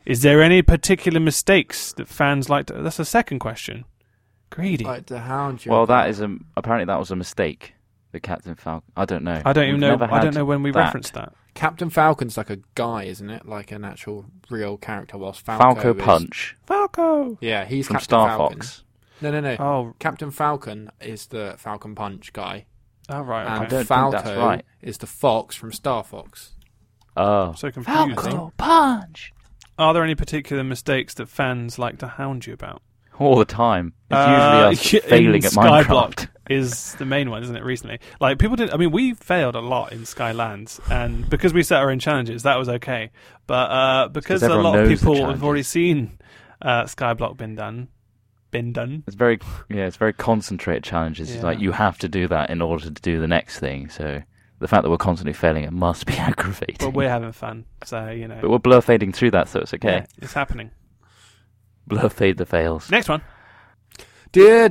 C: Is there any particular mistakes that fans like to. That's the second question. Greedy.
A: Like to hound you.
B: well, that is a, apparently that was a mistake. The Captain Falcon. I don't know.
C: I don't even
B: We've
C: know.
B: never
C: I
B: had
C: don't know when we
B: that.
C: referenced that.
A: Captain Falcon's like a guy, isn't it? Like an actual real character. Whilst Falco,
B: Falco
A: is-
B: Punch
C: Falco.
A: Yeah, he's
B: from
A: Captain
B: Star
A: Falcon.
B: Fox.
A: No, no, no.
C: Oh,
A: Captain Falcon is the Falcon Punch guy,
C: oh right.
A: and
B: I don't
C: Okay.
B: think
A: Falco
B: that's right.
A: is the fox from Star Fox.
B: Oh,
C: So confused.
D: Falco punch.
C: Are there any particular mistakes that fans like to hound you about?
B: all the time. It's
C: Uh,
B: usually us
C: in
B: failing at Minecraft.
C: Skyblock is the main one, isn't it? Recently, like people did. I mean, we failed a lot in Skylands, and because we set our own challenges, that was okay. But uh, because a
B: everyone
C: lot of
B: knows the
C: people have
B: challenges.
C: already seen uh, Skyblock been done, been done.
B: It's very yeah, it's very concentrated challenges. It's like
C: Yeah.
B: you have to do that in order to do the next thing. So the fact that we're constantly failing it must be aggravating.
C: But we're having fun, so you know.
B: But we're blur fading through that, so it's okay.
C: Yeah, it's happening.
B: Blur fade the fails.
C: Next one.
A: Dear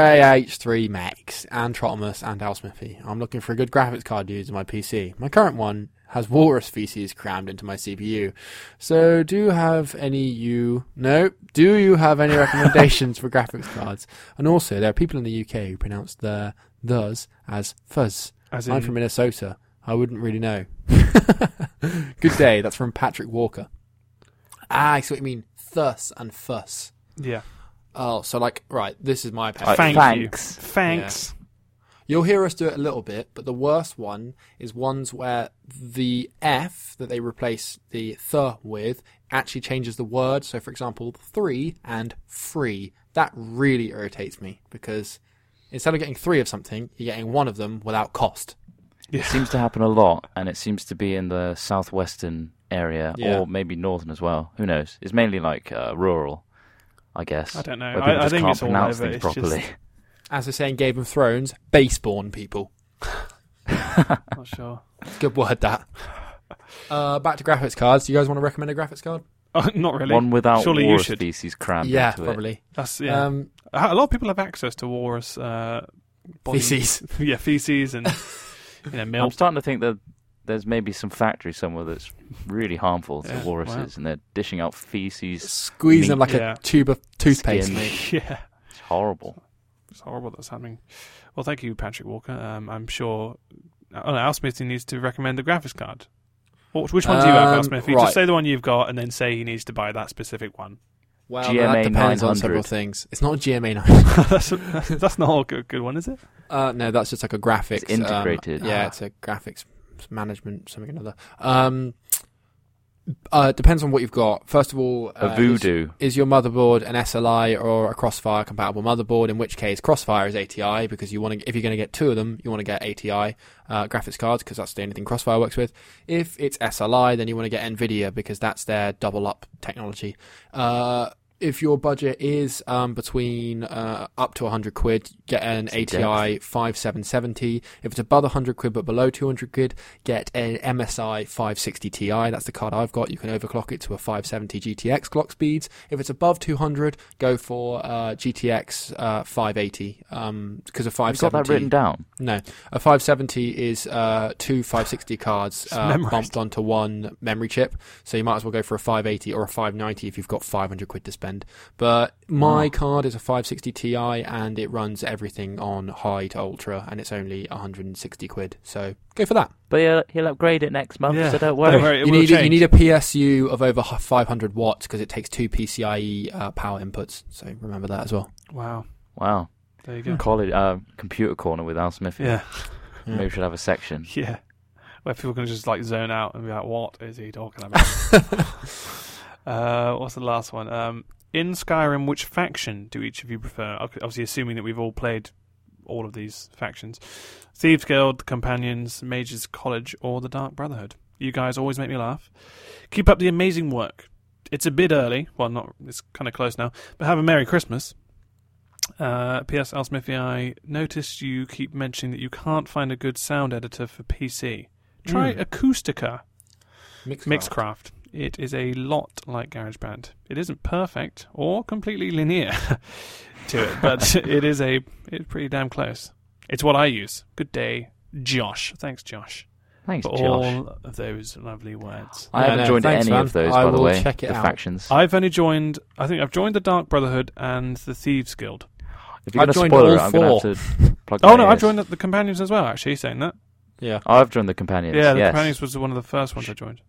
A: DJH3 Max and Trotimus and Al Smithy, I'm looking for a good graphics card to use in my PC. My current one has walrus feces crammed into my CPU. So, do you have any you no? Do you have any recommendations for graphics cards? And also, there are people in the UK who pronounce their thus as fuzz.
C: As
A: I'm
C: in,
A: from Minnesota. I wouldn't really know. good day. That's from Patrick Walker. Ah, I see what you mean. Thus and fuss.
C: yeah.
A: Oh, so like, right, this is my opinion.
B: I-
C: Thank
B: thanks.
C: you. Thanks.
A: You'll hear us do it a little bit, but the worst one is ones where the F that they replace the th with actually changes the word. So, for example, three and free. That really irritates me because instead of getting three of something, you're getting one of them without cost.
B: It seems to happen a lot, and it seems to be in the southwestern area,
A: Yeah.
B: or maybe northern as well. Who knows? It's mainly like uh, rural, I guess.
C: I don't know.
B: where
C: I-
B: people
C: I
B: just
C: think
B: can't
C: it's all
B: pronounce
C: over.
B: things
C: It's just-
B: properly.
A: As they say in Game of Thrones, baseborn people.
C: Not sure.
A: Good word, that. Uh, back to graphics cards. Do you guys want to recommend a graphics card?
C: Oh, not really.
B: One Uh, without
C: Surely you
B: war
C: should.
B: species crammed
A: yeah,
B: into it.
A: probably.
C: That's yeah.
A: Um,
C: a lot of people have access to walrus uh, body-
A: feces.
C: yeah, feces and you know
B: I'm
C: milk.
B: starting to think that there's maybe some factory somewhere that's really harmful to
C: Yeah,
B: walruses,
C: wow.
B: and they're dishing out feces.
A: Squeeze them like
C: Yeah.
A: a tube of toothpaste.
B: Skin.
A: mate.
C: yeah.
B: It's horrible.
C: It's horrible that's happening. Well, thank you, Patrick Walker. Um, I'm sure. Oh, no, Al Smithy needs to recommend a graphics card. What, which one do you have, Al
A: Um,
C: Smithy?
A: right.
C: Just say the one you've got, and then say he needs to buy that specific one.
A: Well, that
B: GMA
A: depends on
B: 900.
A: several things. It's not a GMA 900.
C: that's, that's not all good, good one, is it?
A: Uh, no, that's just like a graphics.
B: It's integrated.
A: um, yeah,
C: Ah.
A: it's a graphics management, something or another. Um, uh, it depends on what you've got. First of all, uh,
B: a
A: is-
B: voodoo.
A: Is your motherboard an SLI or a Crossfire compatible motherboard? In which case, Crossfire is ATI because you want to. If you're going to get two of them, you want to get ATI uh, graphics cards because that's the only thing Crossfire works with. If it's SLI, then you want to get NVIDIA because that's their double up technology. Uh, if your budget is um, between uh, up to 100 quid, get an
B: Some
A: ATI 5770. If it's above 100 quid but below 200 quid, get an MSI 560 Ti. That's the card I've got. You can overclock it to a 570 GTX clock speeds. If it's above 200, go for uh, GTX uh, 580 because a
B: I've got
A: 570
B: that written down.
A: no, a 570 is uh, two 560 cards uh,
C: memorised.
A: bumped onto one memory chip. So you might as well go for a 580 or a 590 if you've got 500 quid to spend. But my card is a 560 Ti and it runs everything on high to ultra and it's only 160 quid. So go for that.
D: But he'll, he'll upgrade it next month, so don't worry.
C: it
A: you
C: will
A: need you
C: change.
A: need a PSU of over h- 500 watts because it takes two PCIe uh, power inputs. So remember that as well.
C: Wow,
B: Wow.
C: there you go.
B: College uh, computer corner with Al Smith.
C: Yeah,
B: Maybe we should have a section.
C: yeah. Where people can just like zone out and be like, "What is he talking about?" uh, what's the last one? Um, in Skyrim, which faction do each of you prefer? Ob- Obviously, assuming that we've all played all of these factions: Thieves Guild, the Companions, Mages College, or the Dark Brotherhood. You guys always make me laugh. Keep up the amazing work. It's a bit early. Well, not. It's kind of close now. But have a merry Christmas. Uh, P.S. Al Smithy, I noticed you keep mentioning that you can't find a good sound editor for PC. Try
A: Mm.
C: Acoustica.
A: Mixcraft.
C: Mixcraft. It is a lot like GarageBand. It isn't perfect or completely linear to it, but it is a it's pretty damn close. It's what I use. Good day, Josh. Thanks, Josh,
B: Thanks,
C: for
B: Josh.
C: all of those lovely words.
B: I
A: No,
B: haven't
A: no,
B: joined
A: thanks,
B: any
A: man.
B: of those,
A: I
B: by the
A: will
B: way.
A: check it
B: the
A: out.
B: factions.
C: I've only joined. I think I've joined the Dark Brotherhood and the Thieves Guild.
B: if you're
A: I've
B: going to
A: joined
B: spoil
A: all
B: it, I'm going
A: four.
B: to have to plug
C: Oh
B: my
C: no, I've
B: ears.
C: joined the, the companions as well. Actually, saying that,
A: Yeah.
B: I've joined the companions.
C: yeah, the
B: yes.
C: companions was one of the first ones I joined.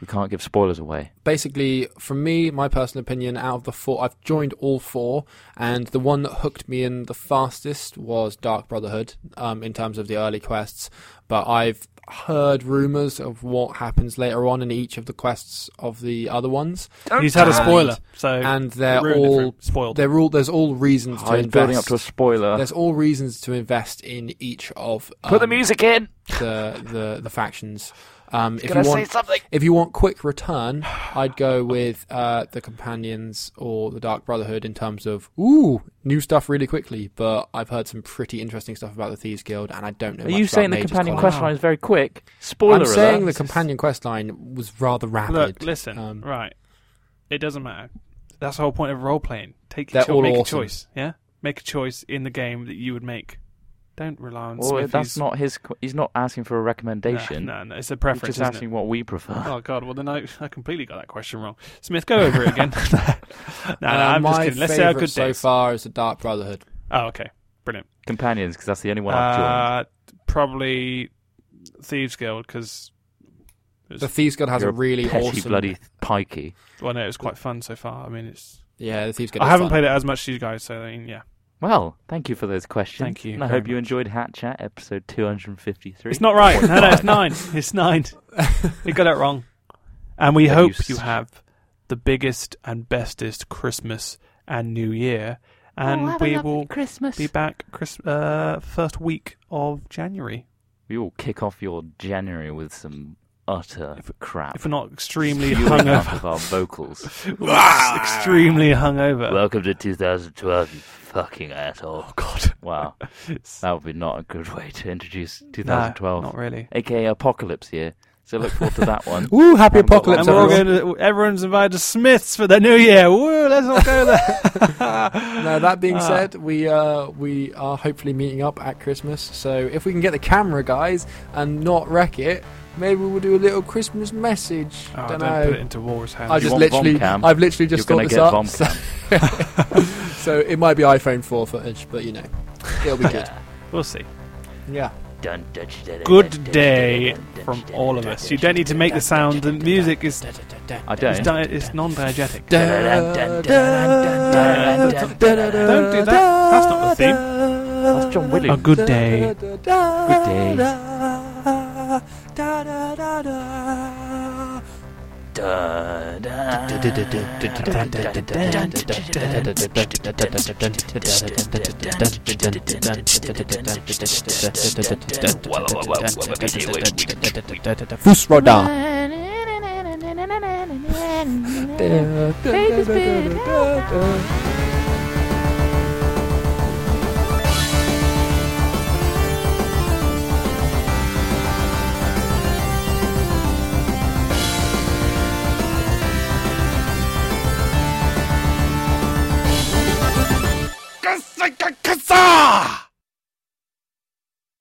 B: We can't give spoilers away.
A: Basically, from me, my personal opinion, out of the four, I've joined all four, and the one that hooked me in the fastest was Dark Brotherhood, um, in terms of the early quests. But I've heard rumours of what happens later on in each of the quests of the other ones,
C: He's had
A: And-
C: a spoiler, so
A: and they're
C: ruined it for him.
A: all
C: spoiled.
A: they're all there's all reasons to
B: I'm
A: invest.
B: building up to a spoiler.
A: there's all reasons to invest in each of um,
D: Put the music in.
A: the the, the factions. Um, if you
D: Gonna say
A: want
D: something.
A: if you want quick return, I'd go with uh, the companions or the Dark Brotherhood in terms of ooh new stuff really quickly. But I've heard some pretty interesting stuff about the Thieves Guild, and I don't know.
H: Are
A: much
H: you
A: about
H: saying the
A: Mage's
H: companion
A: College.
H: quest line is very quick? Spoiler
A: I'm
H: alert.
A: saying the companion quest line was rather rapid.
C: Look, listen,
A: Um,
C: right? It doesn't matter. That's the whole point of role playing. Take
A: They're
C: a cho-
A: all
C: make
A: awesome.
C: a choice. Yeah, make a choice in the game that you would make. Don't rely on
B: Well,
C: Smithy's.
B: that's not his. qu- He's not asking for a
C: No,
B: recommendation.
C: No, no, it's a
B: He's
C: preference.
B: just
C: Isn't
B: asking
C: it?
B: what we prefer.
C: Oh god, well then I, I completely got that question wrong. Smith, go over it again. no, no,
B: Uh,
C: I'm
A: Uh, my
C: just kidding. Let's say our
A: favorite
C: good
A: so
C: days.
A: far is the Dark Brotherhood.
C: Oh, okay, brilliant.
B: Companions, because that's the only one I've joined.
C: Uh, probably Thieves Guild because
A: The Thieves Guild has
B: You're
A: a really
B: Petty
A: awesome.
B: bloody pikey.
C: well, no, it's quite fun so far. I mean, it's
A: Yeah, the Thieves Guild.
C: I
A: is
C: haven't
A: fun.
C: played it as much as you guys, so I mean, yeah.
B: Well, thank you for those questions.
C: Thank you
B: And I
C: very
B: hope you enjoyed Hat Chat episode 253.
C: It's not right. No, no, it's nine. It's nine. You got it wrong. And we
B: Yeah,
C: hope
B: you s-
C: you have the biggest and bestest Christmas and New Year. And
I: oh, have
C: we
I: a lovely
C: will
I: Christmas.
C: be back Chris, uh, first week of January.
B: We will kick off your January with some utter crap.
C: If we're not extremely
B: Fueling up
C: hungover.
B: of our vocals.
C: We're
B: Ah!
C: extremely hungover.
D: Welcome to 2012, you fucking asshole.
C: oh, God.
B: Wow,
C: It's-
B: that would be not a good way to introduce
C: no,
B: 2012,
C: not really.
B: aka Apocalypse Year. So look forward to that one.
A: Woo! Happy
B: And we're all
A: apocalypse!
C: and we're all
A: everyone.
C: going to, everyone's invited to Smith's for the New Year. Woo, let's all go there.
A: Now that being
C: Ah.
A: said, we uh, we are hopefully meeting up at Christmas. So if we can get the camera, guys, and not wreck it, maybe we'll do a little Christmas message.
B: Ah,
C: Oh,
A: don't,
C: don't
A: know.
C: put it into Walrus' hands.
A: I
B: You
A: just
B: want
A: literally,
B: Vomcam?
A: I've literally just
B: You're
A: thought
B: gonna
A: this
B: get
A: up. So,
B: Vomcam.
A: so it might be iPhone 4 footage, but you know, it'll be good.
C: We'll see.
A: yeah.
D: Dun, dun, dun, dun, dun,
C: Good
D: dun,
C: day
D: dun, dun,
C: from
D: dun,
C: all of
D: dun,
C: us.
D: dun,
C: You don't need to make the sound. The music is
B: I don't.
C: is, di- is non-diegetic.
A: Da-
D: dun, dun, dun, dun, dun, dun, dun, dun, dun.
C: Don't do that. That's not the theme.
B: That's John
C: A
B: Williams.
C: good day.
B: Good day.
D: Dun, dun, dun, dun, dun, dun, dun, dun, dun, dun.
A: Fus Roda.
I: Baby's been
D: Kasakakasa!